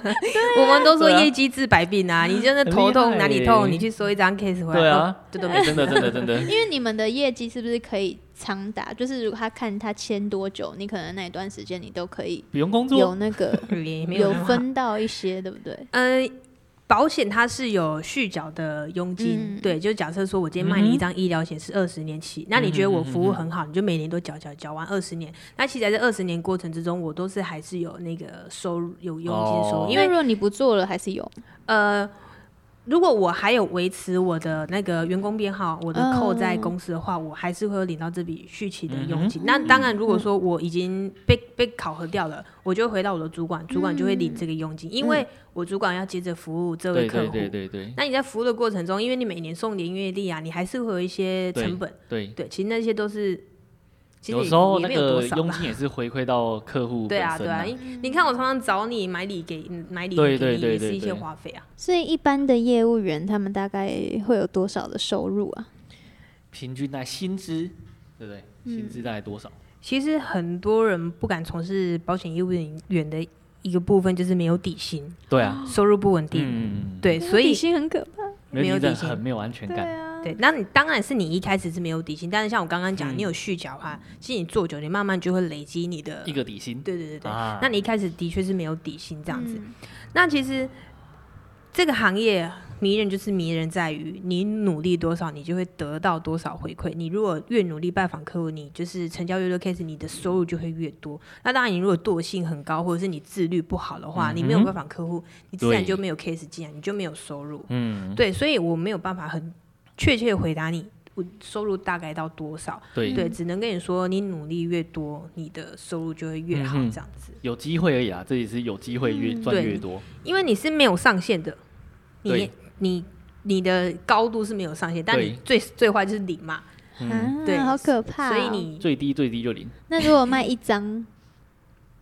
Speaker 3: 我们都说业绩治百病啊，你真的头痛
Speaker 2: 很厉害欸
Speaker 3: 哪里痛，你去收一张 case 回来。
Speaker 2: 对啊
Speaker 3: 哦，这 都没
Speaker 2: 哎真的真的真 的，
Speaker 1: 因为你们的业绩是不是可以长达？就是如果他看他签多久，你可能那一段时间你都可以
Speaker 2: 不用工
Speaker 1: 有
Speaker 2: 作，
Speaker 1: 那 个
Speaker 3: 没
Speaker 1: 有
Speaker 3: 那么好。
Speaker 1: 分到一些，对不对？
Speaker 3: 呃，保险它是有续缴的佣金
Speaker 1: 嗯，
Speaker 3: 对，就假设说我今天卖你一张医疗险是二十年起，那你觉得我服务很好，你就每年都缴缴缴完二十年。那其实在这二十年过程之中，我都是还是有那个收入有佣金收
Speaker 2: 哦
Speaker 3: 入，因
Speaker 1: 因为
Speaker 3: 为
Speaker 1: 如果你不做了，还是有
Speaker 3: 呃，如果我还有维持我的那个员工编号，我的扣在公司的话，我还是会有领到这笔续期的佣
Speaker 2: 嗯
Speaker 3: 金。那当然，如果说我已经被被考核掉了，我就回到我的主管，主管就会领这个佣金，因为我主管要接着服务这位
Speaker 2: 对
Speaker 3: 客
Speaker 2: 对
Speaker 3: 户。
Speaker 2: 嗯对对对
Speaker 3: 那你在服务的过程中，因为你每年送年月历啊，你还是会有一些成本。
Speaker 2: 对，
Speaker 3: 对，其实那些都是，其实
Speaker 2: 有
Speaker 3: 也
Speaker 2: 时候
Speaker 3: 也
Speaker 2: 那
Speaker 3: 没有多
Speaker 2: 个
Speaker 3: 少
Speaker 2: 佣
Speaker 3: 啦
Speaker 2: 金也是回馈到客户
Speaker 3: 对
Speaker 2: 本
Speaker 3: 啊，对
Speaker 2: 身
Speaker 3: 啊，
Speaker 2: 啊，
Speaker 3: 你你看我常常找你买礼给买礼
Speaker 2: 对
Speaker 3: 给
Speaker 2: 对
Speaker 3: 你，
Speaker 2: 对
Speaker 3: 也是
Speaker 2: 对
Speaker 3: 一些
Speaker 2: 对
Speaker 3: 花费啊。
Speaker 1: 所以一般的业务员他们大概会有多少的收入啊？
Speaker 2: 平均在薪资，对不对？
Speaker 3: 嗯
Speaker 2: 薪资大概多少？
Speaker 3: 其实很多人不敢从事保险业务员的一个部分就是没有底薪，
Speaker 2: 对啊，
Speaker 3: 收入不稳定。
Speaker 2: 嗯，
Speaker 3: 对，所
Speaker 1: 哦底
Speaker 3: 以
Speaker 1: 薪很可怕。
Speaker 2: 没
Speaker 3: 没
Speaker 2: 有
Speaker 3: 有
Speaker 2: 底
Speaker 3: 底
Speaker 2: 薪
Speaker 3: 薪
Speaker 2: 很没有安全
Speaker 1: 对
Speaker 2: 感，
Speaker 1: 啊，
Speaker 3: 对，那你当然是你一开始是没有底薪，但是像我刚刚
Speaker 2: 嗯
Speaker 3: 讲，你有续缴哈，其实你做久，你慢慢就会累积你的
Speaker 2: 一。个底薪，
Speaker 3: 对对对对，
Speaker 2: 啊
Speaker 3: 那你一开始的确是没有底薪这
Speaker 1: 这
Speaker 3: 样子。那其实这个行业迷人就是迷人在于你努力多少，你就会得到多少回馈。你如果越努力拜访客户，你就是成交越多 case，你的收入就会越多。那当然，你如果惰性很高，或者是你自律不好的话，你没有拜访客户，你自然
Speaker 2: 嗯对
Speaker 3: 就没有 case 进来，你就没有收入。
Speaker 2: 嗯，
Speaker 3: 对，所以我没有办法很确切地回答你。我收入大概到多少？
Speaker 2: 对，
Speaker 3: 对，只能跟你说，你努力越多，你的收入就会越好，
Speaker 2: 嗯哼
Speaker 3: 这样子。
Speaker 2: 有机会而已啊，这也是有机会越赚
Speaker 3: 对
Speaker 2: 越多，
Speaker 3: 因为你是没有上限的，你
Speaker 2: 对
Speaker 3: 你你的高度是没有上限，但你最最坏就是零嘛，
Speaker 2: 嗯，
Speaker 1: 啊，
Speaker 3: 对
Speaker 1: 好可怕哦。
Speaker 3: 所以你
Speaker 2: 最低最低就零，
Speaker 1: 那如果卖一张，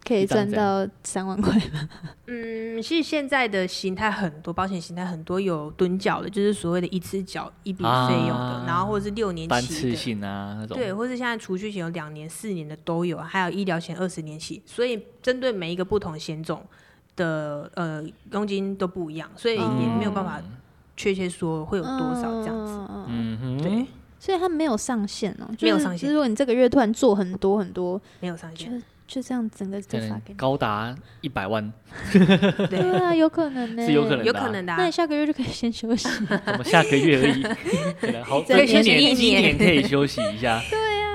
Speaker 1: 可以
Speaker 2: 一张
Speaker 1: 赚
Speaker 2: 这样
Speaker 1: 到三万块吗？
Speaker 3: 嗯，其实现在的形态很多，保险形态很多有趸缴的，就是所谓的一次缴一笔费用的，
Speaker 2: 啊
Speaker 3: 然后或者是六年
Speaker 2: 单
Speaker 3: 期
Speaker 2: 次
Speaker 3: 的。
Speaker 2: 性啊那种，
Speaker 3: 对，或是现在储蓄险有两年、四年的都有，还有医疗险二十年起，所以针对每一个不同险种的呃佣金都不一样，所以也没有办法确切说会有多少这样子。
Speaker 1: 子
Speaker 2: 嗯哼，
Speaker 3: 对，
Speaker 1: 所以它没有上限哦，就是
Speaker 3: 没有上限
Speaker 1: 如果你这个月突然做很多很多，
Speaker 3: 没有上限。
Speaker 1: 就这样整个
Speaker 2: 可
Speaker 1: 就发
Speaker 2: 能
Speaker 1: 给你。
Speaker 2: 高达一百万，
Speaker 1: 对啊，有可能呢，
Speaker 2: 是有可能
Speaker 3: 有可能的啊、
Speaker 1: 那你下个月就可以先休息。
Speaker 2: 我们下个月而已，可能好，
Speaker 1: 整
Speaker 2: 这一
Speaker 1: 年
Speaker 2: 年
Speaker 3: 一
Speaker 2: 一
Speaker 3: 年
Speaker 2: 年可以休息一下，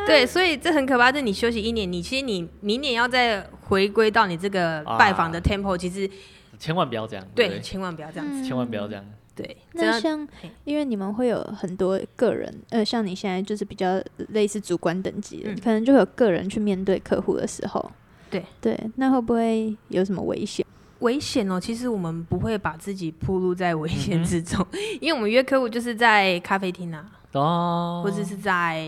Speaker 3: 对，所以这很可怕。就是你休息一年，你其实你明年要再回归到你这个拜访的
Speaker 2: 啊
Speaker 3: tempo，、其实
Speaker 2: 千万不要这样，
Speaker 3: 对
Speaker 2: 不
Speaker 3: 你千万不要 这样子。
Speaker 2: 千万不要这样。
Speaker 3: 对，
Speaker 1: 嗯
Speaker 3: 这
Speaker 1: 那
Speaker 3: 样
Speaker 1: 像
Speaker 3: 嘿，
Speaker 1: 因为你们会有很多个人，呃，像你现在就是比较类似主观等级的，
Speaker 3: 嗯
Speaker 1: 可能就有个人去面对客户的时候，
Speaker 3: 对
Speaker 1: 对，那会不会有什么危险？
Speaker 3: 危险哦。其实我们不会把自己暴露在危
Speaker 2: 嗯
Speaker 3: 险
Speaker 2: 哼
Speaker 3: 之中，因为我们约客户就是在咖啡厅啊，
Speaker 2: 哦，
Speaker 3: 或者是在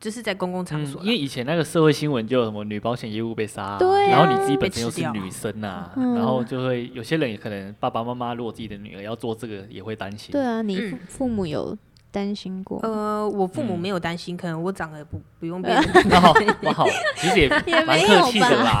Speaker 3: 就是在公共场
Speaker 2: 嗯
Speaker 3: 所啦、
Speaker 2: 因为以前那个社会新闻就有什么女保险业务被杀啊、
Speaker 1: 对啊
Speaker 2: 然后你自己本身
Speaker 3: 被
Speaker 2: 又
Speaker 3: 吃
Speaker 2: 是
Speaker 3: 掉
Speaker 2: 女生呐、
Speaker 1: 嗯
Speaker 2: 然后就会有些人也可能爸爸妈妈如果自己的女儿要做这个，也会担心。
Speaker 1: 对啊，你父
Speaker 3: 嗯
Speaker 1: 父母有担心过？
Speaker 3: 呃，我父母
Speaker 2: 嗯
Speaker 3: 没有担心，可能我长得不不用变 成
Speaker 2: 然后我好，其 实也
Speaker 1: 也
Speaker 2: 蛮
Speaker 1: 没有
Speaker 2: 客气的
Speaker 1: 吧
Speaker 2: 啦。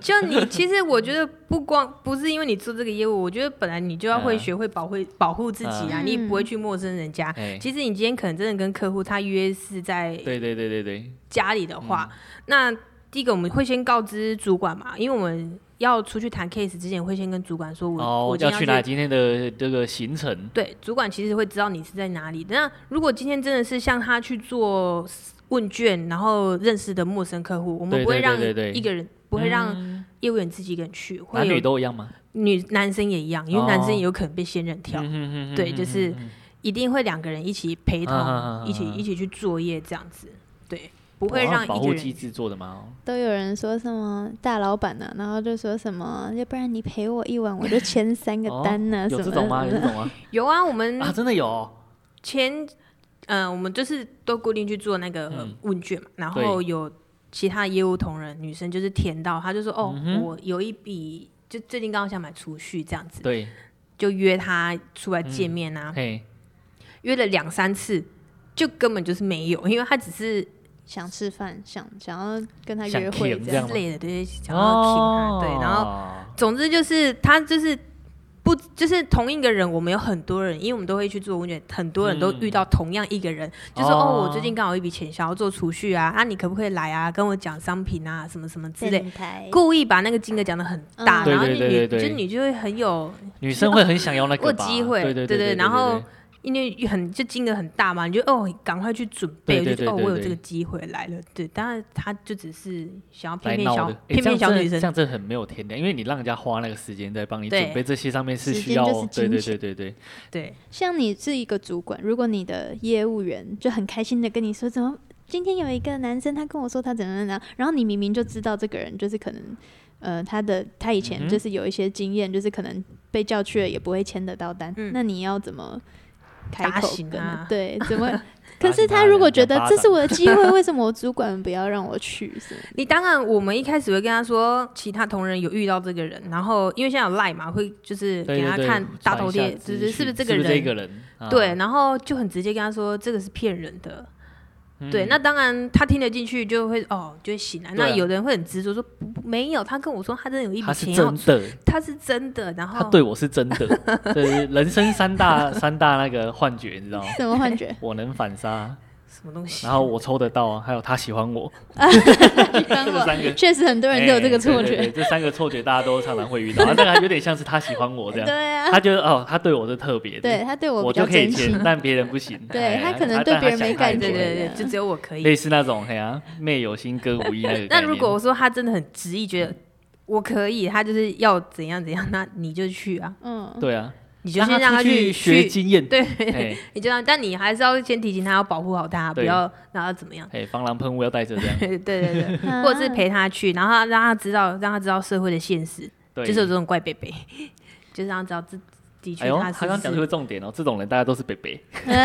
Speaker 3: 就你，其实我觉得不光不是因为你做这个业务，我觉得本来你就要会
Speaker 2: 嗯
Speaker 3: 学会保护保护自己啊，
Speaker 1: 嗯
Speaker 3: 你也不会去陌生人家。
Speaker 2: 哎，
Speaker 3: 其实你今天可能真的跟客户他约是在
Speaker 2: 对对对对对，
Speaker 3: 家里的话，那第一个我们会先告知主管嘛，因为我们要出去谈 case 之前会先跟主管说我，
Speaker 2: 哦
Speaker 3: 我，今
Speaker 2: 要
Speaker 3: 天
Speaker 2: 去哪？今天的这个行程，
Speaker 3: 对，主管其实会知道你是在哪里。那如果今天真的是像他去做问卷，然后认识的陌生客户，我们
Speaker 2: 对
Speaker 3: 不会
Speaker 2: 对
Speaker 3: 让
Speaker 2: 对对对
Speaker 3: 一个人，不会让
Speaker 2: 嗯
Speaker 3: 业务员自己一个人去，会
Speaker 2: 男
Speaker 3: 有
Speaker 2: 女都一哦样吗？
Speaker 3: 女男生也一样，因为男生也有可能被仙人跳，
Speaker 2: 嗯哼哼哼
Speaker 3: 对
Speaker 2: 哼
Speaker 3: 就是
Speaker 2: 哼哼
Speaker 3: 一定会两个人一起陪同，
Speaker 2: 啊啊啊啊
Speaker 3: 一起一起去作业这样子，对，不会
Speaker 2: 哇
Speaker 3: 让
Speaker 2: 保
Speaker 3: 一个
Speaker 2: 护机
Speaker 3: 人。
Speaker 2: 制做的吗？
Speaker 1: 都有人说什么大老板呢、然后就说什么，要不然你陪我一晚，我就签三个
Speaker 2: 哦
Speaker 1: 单
Speaker 3: 呃
Speaker 1: 呢、什
Speaker 2: 有
Speaker 1: 么
Speaker 2: 这种吗？有
Speaker 1: 的
Speaker 2: 这种吗？
Speaker 3: 有啊，我们
Speaker 2: 啊，真的有哦，
Speaker 3: 前，呃，我们就是都固定去做那个呃
Speaker 2: 嗯
Speaker 3: 问卷嘛，然后有其他业务同仁女生就是填到，她就说哦，
Speaker 2: 嗯
Speaker 3: 我有一笔。就最近刚好想买储蓄这样子，
Speaker 2: 对，
Speaker 3: 就约她出来见面啊，
Speaker 2: 嘿，
Speaker 3: 约了两三次，就根本就是没有，因为她只是
Speaker 1: 想吃饭，想想要跟他
Speaker 2: 想
Speaker 1: 约会
Speaker 2: cam
Speaker 1: 这
Speaker 2: 这样
Speaker 1: 样
Speaker 2: 吗哦
Speaker 3: 之类的，对，想要请啊，对，然后
Speaker 2: 后
Speaker 3: 总之就是他就是不就是同一个人，我们有很多人，因为我们都会去做问卷，很多人都
Speaker 2: 嗯
Speaker 3: 遇到同样一个人，就说
Speaker 2: 哦
Speaker 3: 哦，我最近刚好有一笔钱想要做储蓄啊，啊，你可不可以来啊，跟我讲商品啊，什么什么之类。
Speaker 1: 电台
Speaker 3: 故意把那个金额讲的很大，
Speaker 1: 嗯
Speaker 3: 然后
Speaker 2: 对
Speaker 3: 你
Speaker 2: 对对对对
Speaker 3: 就是你就会很有，
Speaker 2: 女生会很想要那个
Speaker 3: 我
Speaker 2: 吧
Speaker 3: 机会
Speaker 2: 对对
Speaker 3: 对对
Speaker 2: 对，
Speaker 3: 然后因为很就金额很大嘛，你就哦赶快去准备，
Speaker 2: 对对
Speaker 3: 就是哦
Speaker 2: 对对
Speaker 3: 我有这
Speaker 2: 对
Speaker 3: 个机会来了，对，当然他就只是想要
Speaker 2: 来
Speaker 3: 骗骗
Speaker 2: 闹
Speaker 3: 小
Speaker 2: 的，诶
Speaker 3: 骗骗
Speaker 2: 这样
Speaker 3: 小
Speaker 2: 真的
Speaker 3: 女生
Speaker 2: 这，样真的很没有天良，因为你让人家花那个时间在帮你
Speaker 3: 对
Speaker 2: 准备这些上面是
Speaker 1: 时
Speaker 2: 需
Speaker 1: 间
Speaker 2: 要
Speaker 1: 就是，
Speaker 2: 对
Speaker 1: 金
Speaker 2: 对对
Speaker 1: 钱
Speaker 2: 对对，
Speaker 3: 对，
Speaker 1: 像你是一个主管，如果你的业务员就很开心的跟你说，怎么今天有一个男生他跟我说他怎么怎么样，然后你明明就知道这个人就是可能，呃，他的他以
Speaker 2: 嗯
Speaker 1: 前
Speaker 2: 哼
Speaker 1: 就是有一些经验，就是可能被叫去了也不会签得到单，
Speaker 3: 嗯
Speaker 1: 那你要怎么开
Speaker 3: 打
Speaker 1: 口
Speaker 3: 醒
Speaker 1: 跟？
Speaker 3: 他
Speaker 1: 对，怎么？
Speaker 2: 打
Speaker 1: 可是
Speaker 2: 醒
Speaker 1: 他
Speaker 2: 他
Speaker 1: 如果
Speaker 2: 两
Speaker 1: 觉
Speaker 2: 两
Speaker 1: 得
Speaker 2: 巴
Speaker 1: 这是
Speaker 2: 掌
Speaker 1: 我的机 会，为什么我主管不要让我去？是吗
Speaker 3: 你当然，我们一开始会跟他说，其他同仁有遇到这个人，然后因为现在有赖嘛，会就是
Speaker 2: 对
Speaker 3: 给
Speaker 2: 对
Speaker 3: 他
Speaker 2: 对
Speaker 3: 看大
Speaker 2: 传一
Speaker 3: 头
Speaker 2: 下
Speaker 3: 贴，
Speaker 2: 资
Speaker 3: 就是是
Speaker 2: 讯
Speaker 3: 不
Speaker 2: 是
Speaker 3: 是这个
Speaker 2: 这
Speaker 3: 人，
Speaker 2: 个人？啊
Speaker 3: 对，，然后就很直接跟他说这个是骗人的，
Speaker 2: 嗯
Speaker 3: 对，那当然他听得进去就会哦就会醒来，
Speaker 2: 对啊
Speaker 3: 那有的人会很执着说不不没有，他跟我说他真的有一笔
Speaker 2: 他是
Speaker 3: 钱要
Speaker 2: 真，的，
Speaker 3: 他是真的，然
Speaker 2: 他
Speaker 3: 后
Speaker 2: 对我是真的，这是人生三大三大那个幻觉，你知道吗？
Speaker 1: 什么幻觉？
Speaker 2: 我能反杀，
Speaker 3: 什么东西，
Speaker 2: 然后我抽得到啊，还有他喜欢我，
Speaker 1: 帮
Speaker 2: 这三个
Speaker 1: 我 确实很多人都有这个
Speaker 2: 哎对
Speaker 1: 错
Speaker 2: 对
Speaker 1: 觉
Speaker 2: 对，这三个错觉大家都常常会遇到，啊，但还有点像是他喜欢我这样，
Speaker 1: 对 啊，
Speaker 2: 他觉得哦，他对我是特别的，
Speaker 1: 对他对
Speaker 2: 我
Speaker 1: 比较
Speaker 2: 就可以
Speaker 1: 真心
Speaker 2: 签，。但别人不行。
Speaker 1: 对
Speaker 2: 哎
Speaker 1: 他可能
Speaker 2: 他
Speaker 1: 对
Speaker 2: 但
Speaker 1: 别
Speaker 2: 他
Speaker 1: 人没
Speaker 2: 想
Speaker 1: 感
Speaker 2: 太
Speaker 3: 对
Speaker 1: 觉
Speaker 2: 多
Speaker 3: 对对
Speaker 1: 了，
Speaker 3: 就只有我可以。
Speaker 2: 类似那种嘿啊，妹有心歌无意那个概念。
Speaker 3: 那如果我说他真的很执意，觉得我可以，他就是要怎样怎样，那你就去啊，
Speaker 1: 嗯，
Speaker 2: 对啊，
Speaker 3: 你就先
Speaker 2: 让
Speaker 3: 让
Speaker 2: 他
Speaker 3: 他
Speaker 2: 出
Speaker 3: 去
Speaker 2: 学经验，
Speaker 3: 对，
Speaker 2: 哎
Speaker 3: 你就让，但你还是要先提醒他要保护好他，不
Speaker 2: 对
Speaker 3: 要让他怎么样。
Speaker 2: 哎，防狼喷雾要带着 这样，
Speaker 3: 对对对，
Speaker 1: 啊
Speaker 3: 或者是陪他去，然后让他知道，让他知道社会的现实，
Speaker 2: 对，
Speaker 3: 就是有这种怪贝贝， 就是让他知道这的
Speaker 2: 哎
Speaker 3: 确
Speaker 2: 呦，他
Speaker 3: 他是
Speaker 2: 刚
Speaker 3: 不
Speaker 2: 刚讲出个
Speaker 3: 是
Speaker 2: 重点哦，这种人大家都是北北，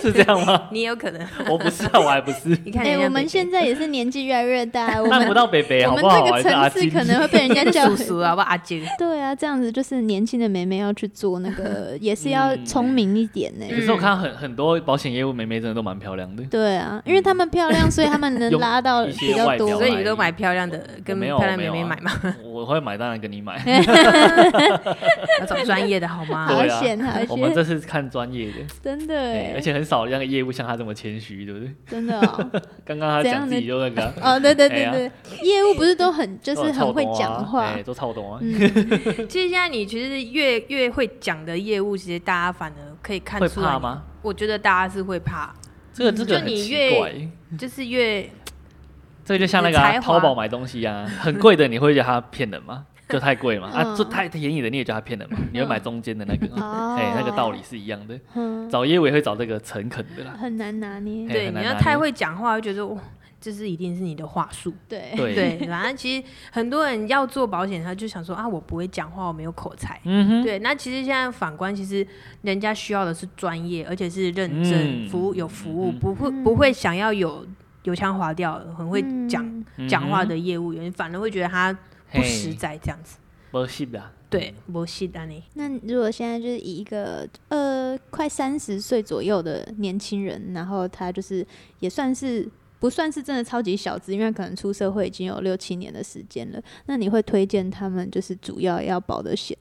Speaker 2: 是这样吗？
Speaker 3: 你也有可能。
Speaker 2: 我不是啊，我还不是，
Speaker 3: 你看
Speaker 1: 哎、
Speaker 3: 人家贝贝，
Speaker 1: 我们现在也是年纪越来越 大，我
Speaker 2: 看不
Speaker 1: 们
Speaker 2: 到北北
Speaker 1: 我
Speaker 2: 好
Speaker 1: 们
Speaker 2: 不好？哎
Speaker 1: 这
Speaker 2: 还
Speaker 1: 个
Speaker 2: 是阿
Speaker 1: 层次
Speaker 2: 金
Speaker 1: 可能 会被人家叫
Speaker 3: 叔叔啊，不阿姐，
Speaker 1: 对啊，这样子就是年轻的妹妹要去做那个，也是要
Speaker 2: 嗯
Speaker 1: 聪明一点呢、
Speaker 2: 可是我看很很多保险业务妹妹真的都蛮漂亮的，
Speaker 1: 对啊，因为她们漂亮，所以她们能
Speaker 2: 用
Speaker 1: 拉到
Speaker 2: 一些
Speaker 1: 比较
Speaker 2: 外表
Speaker 1: 多
Speaker 2: 来
Speaker 3: 所以你都买漂亮的，跟
Speaker 2: 啊没有
Speaker 3: 漂亮妹
Speaker 2: 没
Speaker 3: 妹
Speaker 2: 有啊
Speaker 3: 买嘛，
Speaker 2: 我会买当然跟你买，
Speaker 3: 要找专业的好吗？
Speaker 1: 好
Speaker 2: 对啊
Speaker 1: 险好
Speaker 2: 我们
Speaker 1: 险，
Speaker 2: 这是看专业的，
Speaker 1: 真的
Speaker 2: 哎，
Speaker 1: 哎
Speaker 2: 而，且很少那个业务像他这么谦虚，对不对？
Speaker 1: 真的哦，
Speaker 2: 刚刚他
Speaker 1: 怎
Speaker 2: 讲
Speaker 1: 样
Speaker 2: 自
Speaker 1: 呢
Speaker 2: 己就那个啊。
Speaker 1: 哦对 对对
Speaker 2: 哎
Speaker 1: 对，业务不是都很 就是很会讲
Speaker 2: 哎、
Speaker 1: 话，
Speaker 2: 都超懂啊，
Speaker 1: 嗯，
Speaker 3: 其实现在你其实越越会讲的业务，其实大家反而可以看
Speaker 2: 会
Speaker 3: 出来
Speaker 2: 怕
Speaker 3: 你。
Speaker 2: 吗？
Speaker 3: 我觉得大家是会怕，
Speaker 1: 嗯
Speaker 2: 这个这个
Speaker 3: 就
Speaker 2: 很
Speaker 3: 你
Speaker 2: 奇
Speaker 3: 越
Speaker 2: 怪，
Speaker 3: 就是越
Speaker 2: 这个就像那个
Speaker 3: 你
Speaker 2: 啊
Speaker 3: 的才华
Speaker 2: 淘宝买东西啊，很贵的你会觉得它骗人吗？就太贵嘛，啊，
Speaker 1: 嗯
Speaker 2: 这太便宜的你也觉得它骗人嘛，你会买中间的那个，
Speaker 1: 哦
Speaker 2: 哎，那个道理是一样的。
Speaker 1: 嗯，
Speaker 2: 找业务也会找这个诚恳的啦，
Speaker 1: 很难拿捏。
Speaker 2: 嘿
Speaker 3: 对，
Speaker 2: 很难
Speaker 3: 你要
Speaker 2: 拿
Speaker 3: 太
Speaker 2: 捏
Speaker 3: 会讲话，会觉得哇，这是一定是你的话术。
Speaker 1: 对，
Speaker 2: 对，
Speaker 3: 对，反正其实很多人要做保险，他就想说啊，我不会讲话，我没有口才。
Speaker 2: 嗯哼，
Speaker 3: 对，那其实现在反观，其实人家需要的是专业，而且是认
Speaker 2: 嗯
Speaker 3: 真、服务有服务，
Speaker 2: 嗯
Speaker 3: 不会
Speaker 1: 嗯
Speaker 3: 不会想要有油腔滑调、很会讲
Speaker 1: 嗯
Speaker 3: 讲话
Speaker 2: 嗯
Speaker 3: 的业务员，反而会觉得他
Speaker 2: 哼
Speaker 3: 不实，在这样子。
Speaker 2: 嘿不啊嗯是的，
Speaker 3: 对，不是的呢。
Speaker 1: 那如果现在就是以一个呃快三十岁左右的年轻人，然后他就是也算是不算是真的超级小资，因为可能出社会已经有六七年的时间了。那你会推荐他们就是主要要保的险，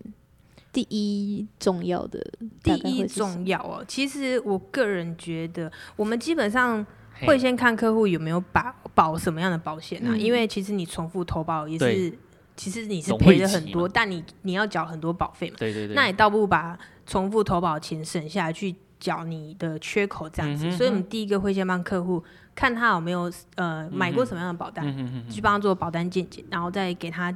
Speaker 1: 第一重要的
Speaker 3: 第
Speaker 1: 大概
Speaker 3: 一
Speaker 1: 会是什么
Speaker 3: 重要哦，其实我个人觉得，我们基本上
Speaker 2: 嘿
Speaker 3: 会先看客户有没有保保什么样的保险啊，
Speaker 1: 嗯
Speaker 3: 因为其实你重复投保也
Speaker 2: 对
Speaker 3: 是，其实你是
Speaker 2: 总会
Speaker 3: 赔了很
Speaker 2: 急
Speaker 3: 多，
Speaker 2: 嘛
Speaker 3: 但你你要缴很多保费嘛，
Speaker 2: 对对对，
Speaker 3: 那你倒不如把重复投保钱省下来去缴你的缺口这样子。
Speaker 2: 嗯哼
Speaker 3: 所以我们第一个会先帮客户看他有没有呃买过什么样的保单，
Speaker 2: 嗯哼哼
Speaker 3: 去帮他做保单见解，然后再给他。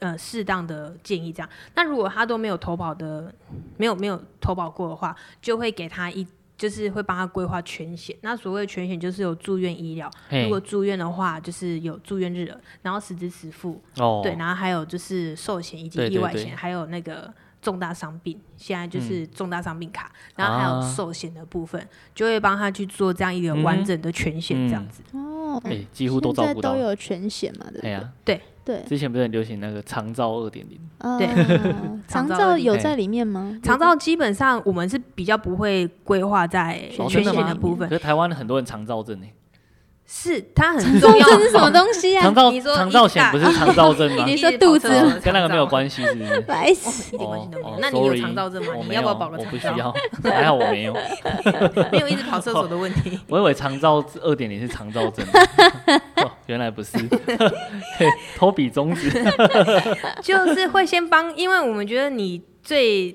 Speaker 3: 呃，适当的建议这样。那如果他都没有投保的，没有没有投保过的话，就会给他一，就是会帮他规划全险。那所谓的全险就是有住院医疗，
Speaker 2: 嘿
Speaker 3: 如果住院的话，就是有住院日额，然后实支实付，
Speaker 2: 哦，
Speaker 3: 对，然后还有就是寿险以及
Speaker 2: 对对
Speaker 3: 意外
Speaker 2: 对嗯
Speaker 3: 险，还有那个重大伤病，现在就是重大伤病卡，然后还有
Speaker 2: 啊嗯
Speaker 3: 寿险的部分，就会帮他去做这样一个完整的全险这样子。
Speaker 1: 哦，
Speaker 2: 哎，几乎都照
Speaker 1: 现
Speaker 2: 顾
Speaker 1: 在
Speaker 2: 到
Speaker 1: 都，有全险嘛，对不
Speaker 2: 哎
Speaker 1: 对？
Speaker 2: 呀，
Speaker 1: 对，
Speaker 2: 之前不是很流行那个长照二点零，
Speaker 1: 啊
Speaker 3: 对，
Speaker 1: 长
Speaker 3: 长
Speaker 1: 照
Speaker 3: 照
Speaker 1: 有在里面吗？
Speaker 3: 长照基本上我们是比较不会规划在
Speaker 1: 哦
Speaker 3: 全
Speaker 1: 真的
Speaker 3: 险
Speaker 1: 吗
Speaker 3: 的部
Speaker 2: 可
Speaker 3: 分，
Speaker 2: 是台湾很多人长照症呢，
Speaker 3: 是它很
Speaker 1: 重
Speaker 3: 重
Speaker 1: 症是什么
Speaker 3: 要。
Speaker 1: 东西
Speaker 2: 长
Speaker 1: 啊？
Speaker 2: 照
Speaker 3: 你说
Speaker 2: 长照险不是长照症 吗啊
Speaker 1: 你？说肚子
Speaker 2: 跟那个没有关系，是不是？
Speaker 1: 白
Speaker 3: 系，哦
Speaker 1: 痴，
Speaker 3: 一点关系都没
Speaker 2: 哦
Speaker 3: 有
Speaker 2: 哦。
Speaker 3: 那你有
Speaker 2: sorry，
Speaker 3: 长照症吗？
Speaker 2: 我
Speaker 3: 你
Speaker 2: 没
Speaker 3: 要不要
Speaker 2: 有
Speaker 3: 保了
Speaker 2: 我
Speaker 3: 长
Speaker 2: 不需
Speaker 3: 照？
Speaker 2: 要， 还好我没有。
Speaker 3: 没有一直跑厕所的问题。
Speaker 2: 我以为长照二点零是长照 症，哦原来不是， 嘿偷比中 指。
Speaker 3: 就是会先帮，因为我们觉得你最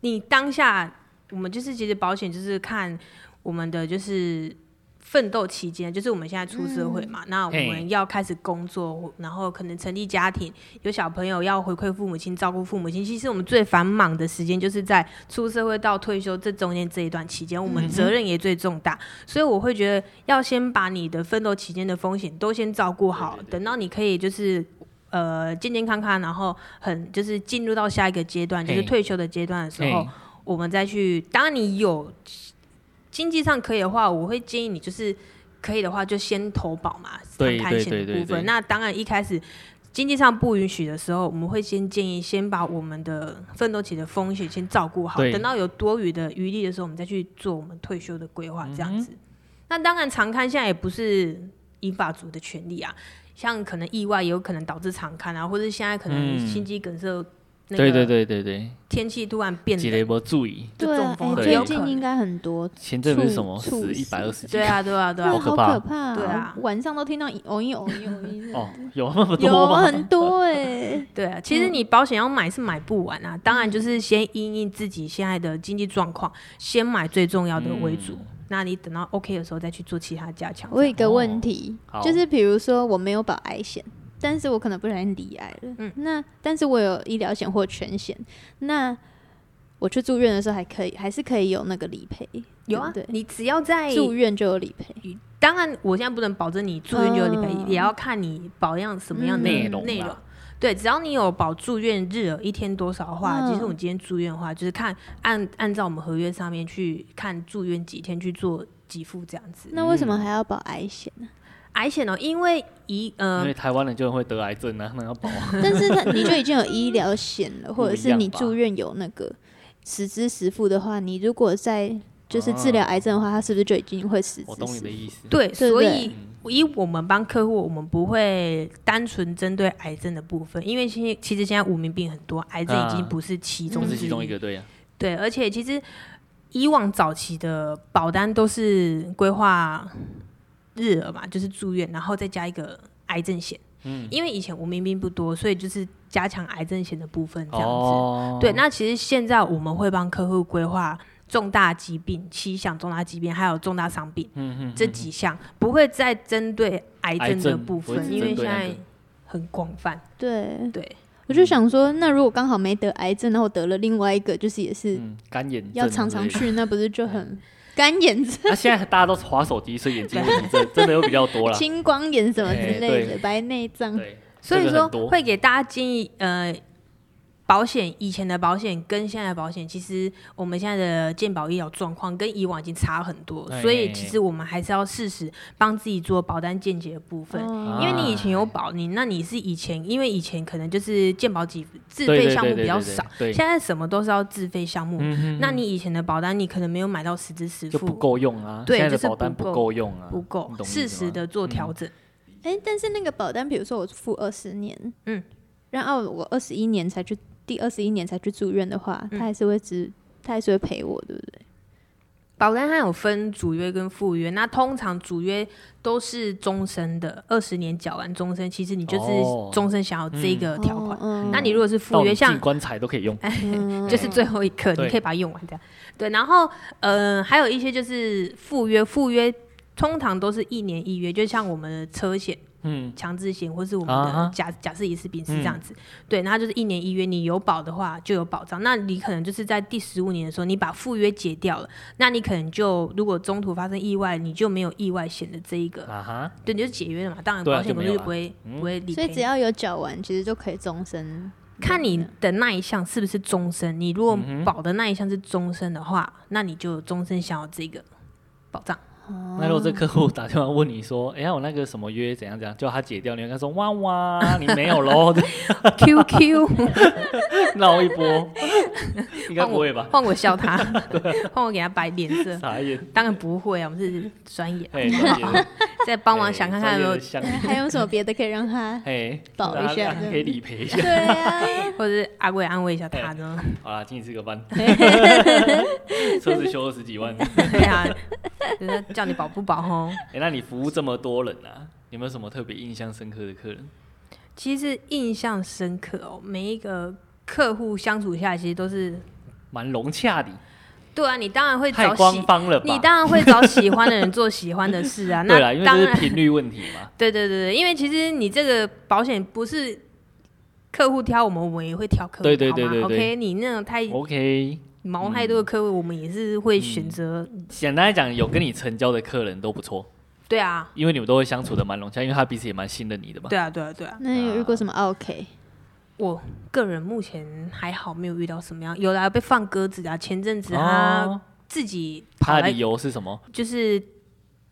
Speaker 3: 你当下，我们就是其实保险就是看我们的就是奋斗期间，就是我们现在出社会嘛，那我
Speaker 2: 嘿
Speaker 3: 们要开始工作，然后可能成立家庭，有小朋友要回馈父母亲、照顾父母亲。其实我们最繁忙的时间就是在出社会到退休这中间这一段期间，我们责任也最重大，所以我会觉得要先把你的奋斗期间的风险都先照顾好，
Speaker 2: 对对对
Speaker 3: 等到你可以就是呃健健康康，然后很就是进入到下一个阶段，就
Speaker 2: 嘿
Speaker 3: 是退休的阶段的时候
Speaker 2: 嘿，
Speaker 3: 我们再去。当你有经济上可以的话，我会建议你就是可以的话就先投保嘛，
Speaker 2: 对
Speaker 3: 谈
Speaker 2: 对
Speaker 3: 谈险
Speaker 2: 对
Speaker 3: 的
Speaker 2: 对
Speaker 3: 部
Speaker 2: 对
Speaker 3: 分。那当然一开始。经济上不允许的时候，我们会先建议先把我们的奋斗期的风险先照顾好，
Speaker 2: 对
Speaker 3: 等到有多余的余力的时候，我们再去做我们退休的规划，这
Speaker 2: 嗯
Speaker 3: 样子。那当然，常看现在也不是银发族的权利啊，像可能意外也有可能导致常看啊，或者现在可能
Speaker 2: 嗯
Speaker 3: 心肌梗塞，那
Speaker 2: 对对
Speaker 3: 个
Speaker 2: 对对对，
Speaker 3: 天气突然变
Speaker 2: 几雷
Speaker 3: 冷，
Speaker 2: 波注意，
Speaker 3: 就
Speaker 1: 对啊
Speaker 3: 中，风
Speaker 1: 哎
Speaker 3: 了，
Speaker 2: 对
Speaker 1: 最
Speaker 3: 有
Speaker 1: 近
Speaker 3: 可
Speaker 1: 应
Speaker 3: 能。
Speaker 1: 该很多
Speaker 2: 前阵子是什么
Speaker 1: 猝
Speaker 2: 死
Speaker 1: 猝
Speaker 2: 一
Speaker 1: 死
Speaker 2: 百二十几
Speaker 3: 对
Speaker 2: 个，
Speaker 3: 啊，对啊，对
Speaker 1: 真的
Speaker 3: 啊
Speaker 2: 好，可
Speaker 1: 好
Speaker 2: 怕
Speaker 1: 可怕啊！
Speaker 3: 对啊
Speaker 1: 晚上都听到哦一哦一哦一
Speaker 2: 哦， 有那么多
Speaker 1: 有啊
Speaker 3: 啊
Speaker 2: 吗？
Speaker 1: 很多哎，
Speaker 3: 对啊。其实你保险要买是买不完啊，当然
Speaker 1: 嗯
Speaker 3: 就是先因应自己现在的经济状况，先买最重要的为主。那你等到 OK 的时候再去做其他加强。
Speaker 1: 嗯我有一个
Speaker 2: 哦
Speaker 1: 问题，
Speaker 2: 好
Speaker 1: 就是比如说我没有保癌险，但是我可能不小心离癌了，
Speaker 3: 嗯
Speaker 1: 那但是我有医疗险或全险，那我去住院的时候还可以，还是可以有那个理赔，
Speaker 3: 有啊
Speaker 1: 对，不
Speaker 3: 你嗯只要在
Speaker 1: 对，住院就有理赔，
Speaker 3: 当然，我现在不能保证你住院就有理赔，
Speaker 1: 嗯
Speaker 3: 也要看你保养什么样的
Speaker 1: 嗯
Speaker 2: 内容
Speaker 3: 内
Speaker 2: 啦
Speaker 3: 容。对，只要你有保住院日额一天多少的话，
Speaker 1: 嗯
Speaker 3: 其实我们今天住院的话，就是看按按照我们合约上面去看住院几天去做给付这样子。
Speaker 1: 那为什么还要保癌险呢？
Speaker 3: 癌险哦，因为一
Speaker 2: 因
Speaker 3: 呃
Speaker 2: 为台湾人就会得癌症啊，那要保 啊。
Speaker 1: 但是他你就已经有医疗险 了，或者
Speaker 2: 不一
Speaker 1: 是
Speaker 2: 样吧
Speaker 1: 你住院有那个实支实付的话，你如果在就是治疗癌症的话，它是不是就已经会实支
Speaker 2: 我懂你
Speaker 1: 实
Speaker 2: 的
Speaker 1: 付？
Speaker 2: 意思。
Speaker 3: 对，
Speaker 1: 对
Speaker 3: 所
Speaker 1: 对
Speaker 3: 以以我们帮客户，我们不会单纯针对癌症的部分，因为现其实现在无名病很多，癌症已经
Speaker 2: 啊
Speaker 3: 不是其
Speaker 2: 不
Speaker 3: 中
Speaker 2: 是
Speaker 3: 之
Speaker 2: 其中一个，对啊呀、
Speaker 3: 对，而且其实以往早期的保单都是规划日额嘛，就是住院，然后再加一个癌症险。嗯，因为以前无名病不多，所以就是加强癌症险的部分这样子。
Speaker 2: 哦，
Speaker 3: 对，那其实现在我们会帮客户规划重大疾病、七项重大疾病，还有重大伤病
Speaker 2: 嗯嗯，
Speaker 3: 这几项，不会再针对癌症的部
Speaker 2: 癌症
Speaker 3: 分，
Speaker 2: 不会只
Speaker 3: 因为
Speaker 2: 针对那
Speaker 3: 现
Speaker 2: 个
Speaker 3: 在很广泛。
Speaker 1: 对，
Speaker 3: 对，
Speaker 1: 我就想说，那如果刚好没得癌症，然后我得了另外一个，就是也是
Speaker 2: 嗯干眼症
Speaker 1: 要常常
Speaker 2: 之类的。哎
Speaker 1: 去，那不是就很干眼症、
Speaker 2: 那现在大家都划手机，所以眼睛问题真真的又比较多啦。
Speaker 1: 青光眼什么之类
Speaker 2: 哎
Speaker 1: 的，
Speaker 2: 对
Speaker 1: 白内障。
Speaker 2: 对，
Speaker 3: 所以
Speaker 2: 这个
Speaker 3: 说
Speaker 2: 很多
Speaker 3: 会给大家建议，呃，保险以前的保险跟现在的保险，其实我们现在的健保医疗状况跟以往已经差很多，
Speaker 2: 哎
Speaker 3: 所以其实我们还是要适时帮自己做保单见解的部分。
Speaker 1: 哦
Speaker 2: 啊
Speaker 3: 因为你以前有保，你那你是以前，因为以前可能就是健保给自费项目比较少，
Speaker 2: 对，对对对对
Speaker 3: 现在什么都是要自费项目。
Speaker 2: 嗯哼
Speaker 3: 那你以前的保单，你可能没有买到实支实
Speaker 2: 就
Speaker 3: 付，
Speaker 2: 不够用啊，
Speaker 3: 对
Speaker 2: 现在
Speaker 3: 就
Speaker 2: 的
Speaker 3: 是
Speaker 2: 保单不
Speaker 3: 不够
Speaker 2: 够用啊，
Speaker 3: 不够
Speaker 2: 你懂我意思
Speaker 3: 适时
Speaker 2: 吗嗯
Speaker 3: 的做调整。
Speaker 1: 哎、但是那个保单，比如说我付二十年，
Speaker 3: 嗯，
Speaker 1: 然后我二十一年才去，第二十一年才去住院的话，
Speaker 3: 嗯
Speaker 1: 他还是会只，他还是会赔我，对不对？
Speaker 3: 保单它有分主约跟副约，那通常主约都是终身的，二十年缴完终身，其实你就是
Speaker 2: 哦嗯
Speaker 3: 终身享有这个条款。
Speaker 1: 哦
Speaker 3: 那你如果是
Speaker 2: 到
Speaker 3: 赴
Speaker 2: 你
Speaker 3: 约，像哎
Speaker 2: 进棺材都可以用，
Speaker 1: 嗯
Speaker 3: 就是最后一刻，
Speaker 2: 对
Speaker 3: 你可以把它用完这样。对，然后呃，还有一些就是赴约，赴约通常都是一年一约，就像我们的车险、
Speaker 2: 嗯，
Speaker 3: 强制险或是我们
Speaker 2: 啊嗯哈
Speaker 3: 的假、假设也是丙是这样子。对，那它就是一年一约，你有保的话就有保障。那你可能就是在第十五年的时候，你把赴约解掉了，那你可能就如果中途发生意外，你就没有意外险的这一个，
Speaker 2: 啊哈，
Speaker 3: 对，你就是解约了嘛。当然，
Speaker 2: 对啊
Speaker 3: 保险公
Speaker 2: 就
Speaker 3: 司
Speaker 2: 没
Speaker 3: 就
Speaker 2: 有
Speaker 3: 不会、
Speaker 2: 嗯
Speaker 3: 不会理赔你。
Speaker 1: 所以只要有缴完，其实就可以终身。
Speaker 3: 看你的那一项是不是终身，你如果
Speaker 2: 嗯哼
Speaker 3: 保的那一项是终身的话，那你就终身享有这个保 障。哦
Speaker 2: 那如果这客户打电话问你说，哎呀，我那个什么约怎样怎样，叫他解掉，你会跟他说哇哇，你没有 喽，
Speaker 3: QQ，
Speaker 2: 闹一波，应该不会吧？
Speaker 3: 换我 笑他，换我给他摆脸色。
Speaker 2: 傻眼，
Speaker 3: 当然不会啊，我们是专业，
Speaker 2: 哎，专业的
Speaker 3: 再帮忙想看看有没有，
Speaker 2: 哎专业的
Speaker 1: 还有什么别的可以让他
Speaker 2: 像？哎，
Speaker 1: 保一下
Speaker 2: 让他可以理赔一下。
Speaker 1: 对啊，
Speaker 3: 或者是安慰安慰一下他呢？
Speaker 2: 好啦，请你吃个 饭，车子修二十几万， 哎，
Speaker 3: 对啊，就是叫你保不保吼？
Speaker 2: 那你服务这么多人啊，有没有什么特别印象深刻的客人？
Speaker 3: 其实印象深刻哦，每一个客户相处下来，其实都是
Speaker 2: 蛮融洽的，
Speaker 3: 对啊，你当然会
Speaker 2: 太
Speaker 3: 找
Speaker 2: 官
Speaker 3: 喜，
Speaker 2: 方了吧？
Speaker 3: 你当然会找喜欢的人做喜欢的 事啊。
Speaker 2: 对啦，因
Speaker 3: 那
Speaker 2: 为这是
Speaker 3: 当然，
Speaker 2: 频率问题 嘛。
Speaker 3: 对对对对，因为其实你这个保险不是客户挑我们，我们也会挑客户，
Speaker 2: 对对对对
Speaker 3: 好吗
Speaker 2: 对嗯
Speaker 3: ？OK，你那种太
Speaker 2: OK，
Speaker 3: 毛太多的客户，我们也是
Speaker 2: 嗯
Speaker 3: 会选择。
Speaker 2: 简单来讲，有跟你成交的客人都不错，
Speaker 3: 对啊，
Speaker 2: 因为你们都会相处的蛮融洽，因为他彼此也蛮信任你的嘛。
Speaker 3: 对啊，对啊，对啊。
Speaker 1: 那你有遇过什么 OK？
Speaker 3: 我个人目前还好，没有遇到什么样，有啦被放鸽子啊，前阵子他
Speaker 2: 哦，
Speaker 3: 自己跑
Speaker 2: 他的
Speaker 3: 来
Speaker 2: 理由是什么？
Speaker 3: 就是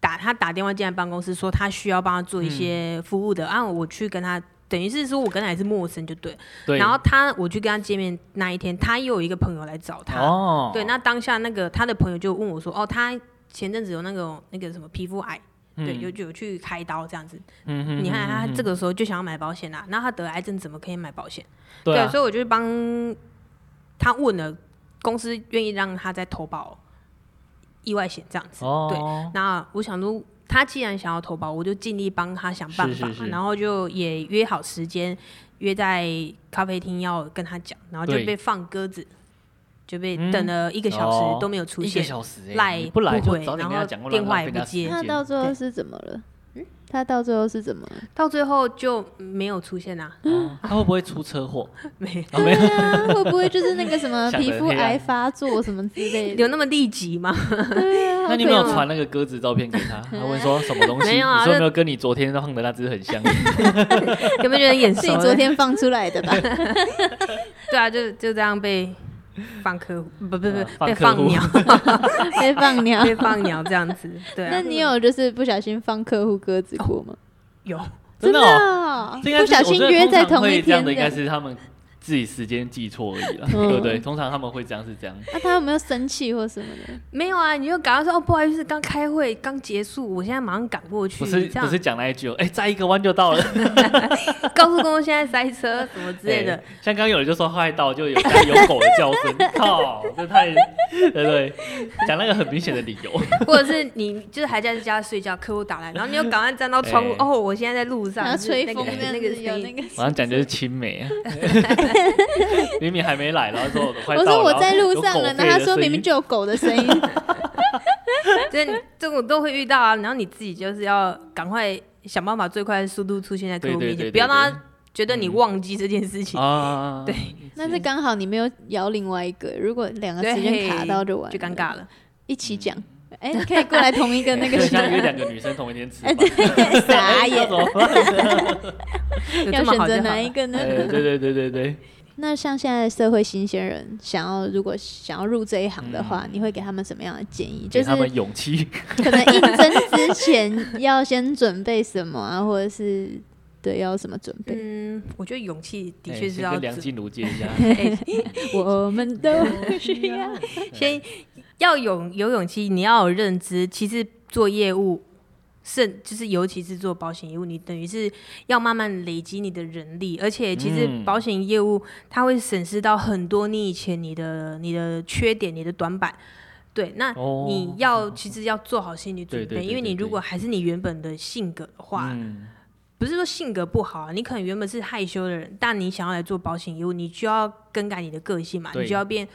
Speaker 3: 打他打电话进来办公室，说他需要帮他做
Speaker 2: 嗯
Speaker 3: 一些服务的，然、后、我去跟他，等于是说我跟他也是陌生就对。
Speaker 2: 对，
Speaker 3: 然后他我去跟他见面那一天，他又有一个朋友来找他，
Speaker 2: 哦，
Speaker 3: 对，那当下那个他的朋友就问我说，哦，他前阵子有那个那个什么皮肤癌。对，有就有去开刀这样子，
Speaker 2: 嗯
Speaker 3: 你看他这个时候就想要买保险啦、那他得癌症怎么可以买保险？
Speaker 2: 对啊
Speaker 3: 所以我就帮他问了，公司愿意让他再投保意外险这样子。对，
Speaker 2: 哦，
Speaker 3: 那我想说，他既然想要投保，我就尽力帮他想办法，
Speaker 2: 是是是
Speaker 3: 然后就也约好时间，约在咖啡厅要跟他讲，然后就
Speaker 2: 对
Speaker 3: 被放鸽子，就被
Speaker 2: 嗯
Speaker 3: 等了一个小
Speaker 2: 哦
Speaker 3: 时都没有出
Speaker 2: 一个
Speaker 3: 现，
Speaker 2: 小时欸
Speaker 3: 赖
Speaker 2: 你不来就
Speaker 3: 不回
Speaker 2: 早点跟
Speaker 3: 然
Speaker 2: 他
Speaker 3: 后
Speaker 2: 讲过，
Speaker 3: 电话
Speaker 2: 浪
Speaker 3: 也
Speaker 2: 费
Speaker 3: 不
Speaker 2: 他时
Speaker 3: 接
Speaker 2: 间
Speaker 1: 他到最后
Speaker 3: 对
Speaker 1: 是怎么了？嗯，他到最后是怎么了？
Speaker 3: 到最后就没有出现 啊，
Speaker 2: 哦他会不会出车 祸？
Speaker 3: 没
Speaker 2: 啊没有，
Speaker 1: 啊，会不会就是那个什么
Speaker 2: 想得
Speaker 1: 皮肤
Speaker 2: 黑暗
Speaker 1: 癌发作什么之类
Speaker 3: 有
Speaker 1: 的？
Speaker 3: 那么立即 吗？
Speaker 2: 那你有没有传那个鸽子照片给他？他问说什么东西？
Speaker 3: 没有啊
Speaker 2: 你说有没
Speaker 3: 那
Speaker 2: 有跟你昨天放的那只很像？
Speaker 3: 有没有觉得眼熟
Speaker 1: 是
Speaker 3: 的？
Speaker 1: 你昨天放出来的吧？
Speaker 3: 对啊，就就这样被放客户， 不不
Speaker 2: 啊
Speaker 3: 不，
Speaker 2: 放
Speaker 3: 被
Speaker 2: 客户
Speaker 3: 放鸟，
Speaker 1: 被放鸟。
Speaker 3: 被放鸟这样子。对
Speaker 1: 那
Speaker 3: 啊，
Speaker 1: 你有就是不小心放客户鸽子过吗？
Speaker 3: 有
Speaker 2: 真的
Speaker 1: 的
Speaker 3: 啊
Speaker 2: 哦，
Speaker 1: 哦，
Speaker 2: 这应该
Speaker 1: 不
Speaker 2: 是
Speaker 1: 小心约在同一
Speaker 2: 我觉得通常会这
Speaker 1: 天
Speaker 2: 样的，应该是他们自己时间记错而已啦，
Speaker 1: 嗯
Speaker 2: 对不对？通常他们会这样是
Speaker 3: 啊
Speaker 2: 这样，
Speaker 1: 那啊他有没有生气或什么的？
Speaker 3: 没有啊？你就赶快说哦，不好意思，刚开会，刚结束，我现在马上赶过去，
Speaker 2: 不是
Speaker 3: 这
Speaker 2: 不
Speaker 3: 样
Speaker 2: 是讲那一句哦，哎，再一个弯就到了
Speaker 3: 高速公路现在塞车什么之类 的
Speaker 2: 哎。像刚刚有人就说快到，就有像有狗的叫声，靠，这太对不对？讲那个很明显的理由，
Speaker 3: 或者是你就是还在家睡觉，客户打来，然后你又赶快站到窗户
Speaker 2: 哎，
Speaker 3: 哦，我现在在路上，
Speaker 1: 然后吹风
Speaker 3: 就是
Speaker 1: 这
Speaker 3: 那
Speaker 1: 样
Speaker 3: 个
Speaker 1: 子，有
Speaker 3: 声
Speaker 1: 那
Speaker 3: 音，
Speaker 1: 个
Speaker 2: 马上讲就是青梅啊，明明还没来，然后说我快
Speaker 1: 我
Speaker 2: 到
Speaker 1: 说我在路上了，
Speaker 2: 了，
Speaker 1: 然后他说明明就有狗的声音，
Speaker 3: 这这种都会遇到啊。然后你自己就是要赶快想办法，最快的速度出现在客户
Speaker 2: 对对
Speaker 3: 面
Speaker 2: 对
Speaker 3: 前，
Speaker 2: 对
Speaker 3: 不要让
Speaker 2: 对
Speaker 3: 他觉得你忘记这件事情，
Speaker 2: 啊，
Speaker 3: 对，
Speaker 1: 那是刚好你没有摇另外一个，如果两个嗯时间卡到就完，
Speaker 3: 就尴尬，了。嗯
Speaker 1: 一起讲，哎，可以过来同一个那个时
Speaker 2: 像约
Speaker 1: 间，
Speaker 2: 两个女生同一天吃
Speaker 1: 哎，
Speaker 2: 饭，
Speaker 1: 对，傻
Speaker 2: 要
Speaker 1: 眼
Speaker 2: 怎，么办？
Speaker 3: 有
Speaker 1: 要
Speaker 3: 这么
Speaker 1: 选
Speaker 3: 好
Speaker 1: 择
Speaker 3: 就
Speaker 1: 哪
Speaker 3: 好
Speaker 1: 一
Speaker 3: 了。
Speaker 1: 个呢？
Speaker 2: 哎对对对对对，
Speaker 1: 那像现在社会新鲜人想要如果想要入这一行的话，你会给他们什么样的建议？就
Speaker 2: 嗯给
Speaker 1: 是
Speaker 2: 他们勇气。
Speaker 1: 可能应征之前要先准备什么啊，或者是对要什么准备？
Speaker 3: 嗯，我觉得勇气的
Speaker 2: 哎
Speaker 3: 确是
Speaker 2: 先
Speaker 3: 要
Speaker 2: 跟梁
Speaker 3: 自
Speaker 2: 静茹借 一下，
Speaker 3: 哎
Speaker 1: 我们都
Speaker 3: 嗯
Speaker 1: 需要。
Speaker 3: 先要勇有勇气，你要有认知。其实做业务，甚就是尤其是做保险业务，你等于是要慢慢累积你的人力，而且其实
Speaker 2: 嗯
Speaker 3: 保险业务它会审视到很多你以前你的你的缺点、你的短板。对，那
Speaker 2: 哦
Speaker 3: 你要其实要做好心理准
Speaker 2: 对对
Speaker 3: 备，
Speaker 2: 对
Speaker 3: 因为你
Speaker 2: 对对
Speaker 3: 如果还是你原本的性格的话，
Speaker 2: 嗯，
Speaker 3: 不是说性格不好啊，你可能原本是害羞的人，但你想要来做保险业务，你就要更改你的个性嘛，
Speaker 2: 对
Speaker 3: 你就要变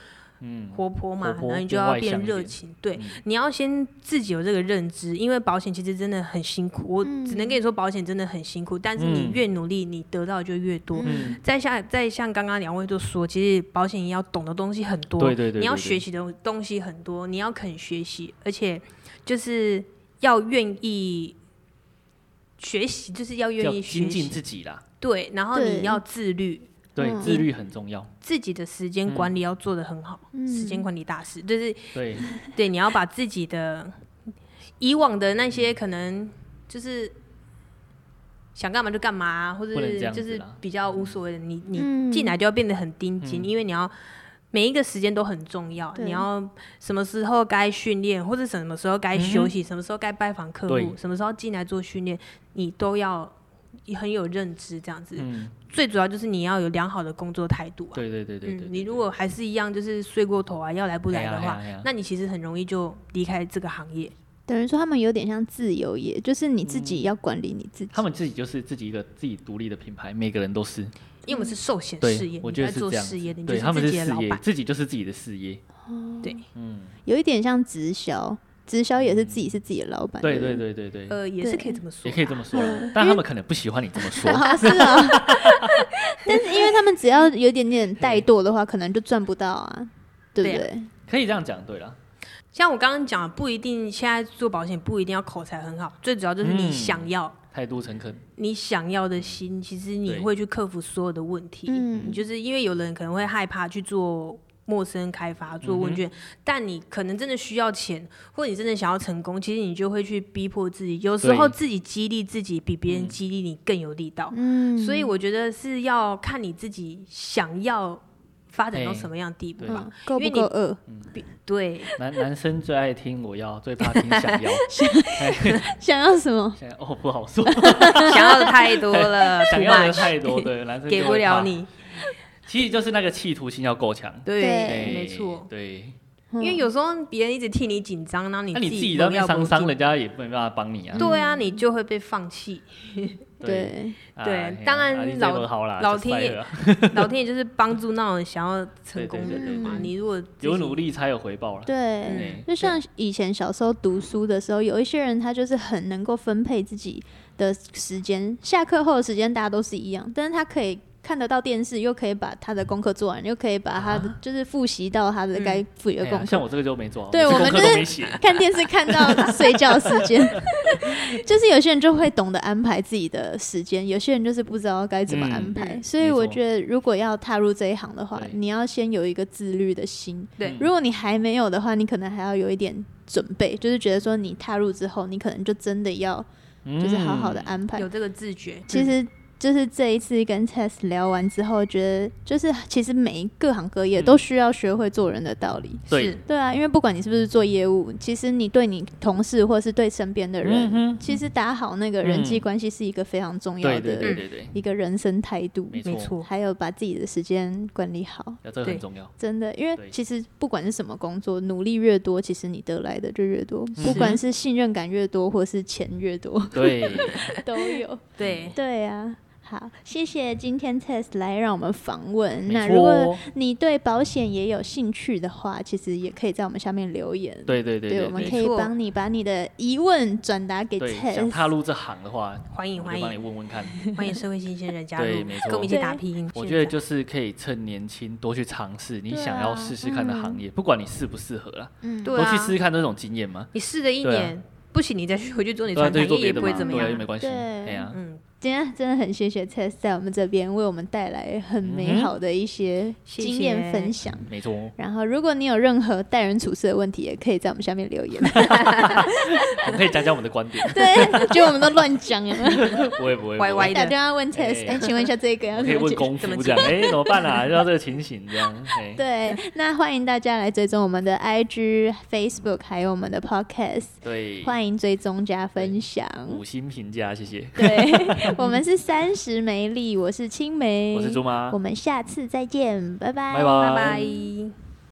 Speaker 2: 嗯
Speaker 3: 活泼
Speaker 2: 活
Speaker 3: 嘛，
Speaker 2: 泼
Speaker 3: 然后你就
Speaker 2: 变
Speaker 3: 要
Speaker 2: 外向
Speaker 3: 变
Speaker 2: 一
Speaker 3: 热
Speaker 2: 点嗯
Speaker 3: 情。对，你要先自己有这个认知，因为保险其实真的很辛苦。我
Speaker 1: 嗯
Speaker 3: 只能跟你说，保险真的很辛苦，但是你
Speaker 2: 嗯
Speaker 3: 越努力，你得到就越多。
Speaker 2: 嗯
Speaker 3: 再像再像刚刚两位都说，其实保险要懂的东西很多，
Speaker 2: 对对对
Speaker 3: 你要
Speaker 2: 对对
Speaker 3: 学习的东西很多，你要肯学习，而且就是要愿意学习，就是要愿
Speaker 2: 要
Speaker 3: 意
Speaker 2: 精
Speaker 3: 学
Speaker 2: 进
Speaker 3: 习，
Speaker 2: 自己啦，
Speaker 3: 对，然后
Speaker 1: 对
Speaker 3: 你要自律，
Speaker 2: 对，
Speaker 1: 嗯
Speaker 2: 自律很重要，
Speaker 3: 自己的时
Speaker 2: 嗯
Speaker 3: 间管理要做得很好，
Speaker 1: 嗯
Speaker 3: 时间管理大师就是
Speaker 2: 对，
Speaker 3: 对，你要把自己的以往的那些可能就是想干嘛就干嘛啊、或者
Speaker 2: 不能这
Speaker 3: 是
Speaker 2: 样
Speaker 3: 就
Speaker 2: 子
Speaker 3: 是
Speaker 2: 啦嗯
Speaker 3: 比较无所谓的，你
Speaker 1: 嗯
Speaker 3: 你进来就要变得很盯紧，因为你要。每一个时间都很重要，
Speaker 1: 对
Speaker 3: 你要什么时候该训练，或者什么时候该休息，什么时候该拜访客户
Speaker 2: 嗯对，
Speaker 3: 什么时候进来做训练，你都要很有认知，这样子。
Speaker 2: 嗯，
Speaker 3: 最主要就是你要有良好的工作态度啊。
Speaker 2: 对对对对对
Speaker 3: 嗯，，你如果还是一样就是睡过头啊，要来不来的话，
Speaker 2: 哎呀哎呀哎呀
Speaker 3: 那你其实很容易就离开这个行业。
Speaker 1: 等于说他们有点像自由业，就是你自
Speaker 3: 嗯
Speaker 1: 己要管理你自己。
Speaker 2: 他们自己就是自己一个自己独立的品牌，每个人都是，
Speaker 3: 因为我们是寿险事
Speaker 2: 对
Speaker 3: 业，，
Speaker 2: 我
Speaker 3: 你
Speaker 2: 觉得
Speaker 3: 在
Speaker 2: 是
Speaker 3: 做
Speaker 2: 这样
Speaker 3: 事业
Speaker 2: 子
Speaker 3: 的，，你就
Speaker 2: 对他们
Speaker 3: 自己
Speaker 2: 是
Speaker 3: 的
Speaker 2: 事
Speaker 3: 老
Speaker 2: 业，
Speaker 3: 板。
Speaker 2: 自己就是自己的事业，
Speaker 3: 对，
Speaker 2: 嗯，
Speaker 1: 有一点像直销，直销也是自己
Speaker 3: 嗯
Speaker 1: 是自己的老板。
Speaker 2: 对对
Speaker 1: 不，
Speaker 2: 对对对，
Speaker 3: 呃，嗯也是
Speaker 1: 对
Speaker 3: 可以这么说
Speaker 2: 也，可以这么说，但他们可能不喜欢你这么
Speaker 3: 嗯
Speaker 2: 说，
Speaker 1: 啊是啊。 但是因为他们只要有一点点怠惰的话，可能就赚不到啊，对不
Speaker 3: 对
Speaker 1: 对？
Speaker 2: 可以这样讲，对了，
Speaker 3: 像我刚刚讲，不一定现在做保险不一定要口才很好，最主要就是你
Speaker 2: 嗯
Speaker 3: 想要、
Speaker 2: 态度诚恳，
Speaker 3: 你想要的心，其实你
Speaker 2: 对
Speaker 3: 会去克服所有的问题。
Speaker 1: 嗯
Speaker 3: 你就是因为有人可能会害怕去做陌生开发、做问卷，但你可能真的需要钱，或者你真的想要成功，其实你就会去逼迫自己。有时候
Speaker 2: 对
Speaker 3: 自己激励自己比别人激励你更有力道。
Speaker 1: 嗯，
Speaker 3: 所以我觉得是要看你自己想要发展到
Speaker 2: 哎
Speaker 3: 什么样的地步
Speaker 2: 对
Speaker 3: 吧。
Speaker 1: 嗯够
Speaker 3: 因为
Speaker 1: 不
Speaker 3: 你
Speaker 1: 够饿？
Speaker 3: 对，
Speaker 2: 男男生最爱听我要，最怕听想 要， 哎
Speaker 1: 想要什么？
Speaker 2: 现在哦不好说，
Speaker 3: 想要的太多了，
Speaker 2: 想
Speaker 3: too
Speaker 2: 要的
Speaker 3: much，
Speaker 2: 太多，对，男生
Speaker 3: 给
Speaker 2: 就
Speaker 3: 不
Speaker 2: 会
Speaker 3: 了
Speaker 2: 怕，
Speaker 3: 你。
Speaker 2: 其实就是那个企图心要够强，
Speaker 3: 对，
Speaker 1: 对
Speaker 3: 没
Speaker 2: 哎
Speaker 3: 错。
Speaker 2: 对，
Speaker 1: 嗯
Speaker 3: 因为有时候别人一直替你紧张，然后你
Speaker 2: 那
Speaker 3: 自
Speaker 2: 你
Speaker 3: 己
Speaker 2: 自己在那
Speaker 3: 要
Speaker 2: 边伤伤，人家也没办法帮你啊，
Speaker 3: 对啊，你就会被 放弃。
Speaker 1: 嗯对，
Speaker 2: 啊
Speaker 3: 对
Speaker 2: 嘿
Speaker 3: 当然
Speaker 2: 啊你这
Speaker 3: 老
Speaker 2: 不好啦，
Speaker 3: 老
Speaker 2: 就
Speaker 3: 天
Speaker 2: 塞
Speaker 3: 爷
Speaker 2: 了啊
Speaker 3: 老天爷就是帮助那种想要成功的人嘛
Speaker 1: 对对对对。对
Speaker 3: 你如果自己
Speaker 2: 嗯有努，力才有回报了，
Speaker 1: 对，
Speaker 2: 嗯
Speaker 1: 就像以前小时候读书的时候，有一些人他就是很能够分配自己的时间，下课后的时间大家都是一样，但是他可以看得到电视，又可以把他的功课做完，又可以把他的、就是复习到他的该复习的
Speaker 2: 啊哎呀
Speaker 1: 功课。
Speaker 2: 像我这个就没做好，
Speaker 1: 对
Speaker 2: 我
Speaker 1: 我们
Speaker 2: 这功
Speaker 1: 就
Speaker 2: 课
Speaker 1: 是
Speaker 2: 都没写，
Speaker 1: 看电视看到睡觉时 间，就是有些人就会懂得安排自己的时间，有些人就是不知道该怎么安排。
Speaker 3: 嗯嗯
Speaker 1: 所以
Speaker 2: 没错
Speaker 1: 我觉得，如果要踏入这一行的话
Speaker 2: 对，
Speaker 1: 你要先有一个自律的心，
Speaker 2: 嗯
Speaker 3: 对
Speaker 1: 如果你还没有的话，你可能还要有一点准备，就是觉得说你踏入之后，你可能就真的要
Speaker 2: 嗯
Speaker 1: 就是好好的安排。
Speaker 3: 有这个自觉，
Speaker 1: 其实就是这一次跟 Tess 聊完之后，觉得就是其实每一各行各业
Speaker 2: 嗯
Speaker 1: 都需要学会做人的道理。
Speaker 2: 对
Speaker 3: 是，
Speaker 1: 对啊，因为不管你是不是做业务，其实你对你同事或是对身边的人，
Speaker 2: 嗯哼
Speaker 1: 其实打好那个人际
Speaker 2: 嗯
Speaker 1: 关系是一个非常重要
Speaker 2: 对对对
Speaker 1: 的
Speaker 2: 对
Speaker 3: 嗯
Speaker 2: 对，
Speaker 1: 一个人生态度，
Speaker 2: 没
Speaker 3: 没
Speaker 2: 错，
Speaker 3: 错。
Speaker 1: 还有把自己的时间管理好。
Speaker 2: 啊这个
Speaker 3: 对
Speaker 2: 很重 要，
Speaker 1: 真的，因为
Speaker 2: 对
Speaker 1: 其实不管是什么工作，努力越多，其实你得来的就越多。
Speaker 2: 嗯
Speaker 1: 不管是信任感越多，或是钱越多，
Speaker 2: 对，
Speaker 1: 都有。
Speaker 3: 对，
Speaker 1: 对啊，好，谢谢今天 Test 来让我们访问。
Speaker 2: 没
Speaker 1: 那
Speaker 2: 错
Speaker 1: 如果
Speaker 2: 哦，
Speaker 1: 你对保险也有兴趣的话，其实也可以在我们下面留言。
Speaker 2: 对对对
Speaker 1: 我们
Speaker 2: 对
Speaker 1: 可以
Speaker 3: 没错
Speaker 1: 帮你把你的疑问转达给
Speaker 2: 对，想
Speaker 1: Tess。
Speaker 2: 踏入这行的话，
Speaker 3: 欢迎
Speaker 2: 我
Speaker 3: 欢
Speaker 2: 就帮你
Speaker 3: 迎
Speaker 2: 问问 看。
Speaker 3: 欢迎社会新鲜人加
Speaker 2: 对
Speaker 3: 入，
Speaker 2: 没
Speaker 3: 跟我们一
Speaker 1: 错
Speaker 3: 起打拼。
Speaker 2: 我觉得就是可以趁年轻多去尝试你
Speaker 1: 对啊
Speaker 2: 想要试试看的
Speaker 3: 嗯
Speaker 2: 行业，不管你适不适合啦，
Speaker 1: 嗯，
Speaker 3: 对
Speaker 2: 多
Speaker 3: 啊
Speaker 2: 去试试看都是一种经验嘛。
Speaker 3: 你试了一
Speaker 2: 对啊
Speaker 3: 年不行，你再去回去做你
Speaker 2: 对啊，
Speaker 3: 传
Speaker 2: 再去
Speaker 3: 产
Speaker 2: 做
Speaker 3: 业
Speaker 2: 别
Speaker 3: 也
Speaker 2: 的
Speaker 3: 不
Speaker 2: 嘛，
Speaker 3: 会怎么
Speaker 2: 对啊，又
Speaker 3: 样
Speaker 2: 没。关系。
Speaker 1: 对
Speaker 2: 哎呀，
Speaker 3: 嗯，
Speaker 1: 今天真的很谢谢 Tess 在我们这边为我们带来
Speaker 2: 嗯
Speaker 1: 很美好的一些
Speaker 3: 谢
Speaker 1: 经验
Speaker 3: 谢
Speaker 1: 分享。
Speaker 3: 嗯
Speaker 2: 没错哦，
Speaker 1: 然后，如果你有任何待人处事的问题，也可以在我们下面留言。，
Speaker 2: 我们可以讲讲我们的观点
Speaker 1: 对，就我们都乱讲啊，
Speaker 2: 不会不会，不
Speaker 3: 歪
Speaker 2: 会
Speaker 3: 歪
Speaker 1: 打电话问 Test，哎、
Speaker 2: 哎
Speaker 1: 请问一下这个要
Speaker 2: 我
Speaker 1: 怎
Speaker 2: 可以
Speaker 1: 么
Speaker 2: 问
Speaker 1: 解决？
Speaker 2: 功夫
Speaker 3: 怎么
Speaker 2: 这样，哎， 怎么办啊？遇到这个情形这样，哎，
Speaker 1: 对，那欢迎大家来追踪我们的 IG、Facebook，还有我们的 Podcast，
Speaker 2: 对，
Speaker 1: 欢迎追踪加分享。
Speaker 2: 五星评价，谢谢。
Speaker 1: 对，我们是三十梅丽，我是青梅，
Speaker 2: 我是猪妈
Speaker 1: 我，们下次再见，拜拜，
Speaker 2: 拜拜
Speaker 3: 拜拜。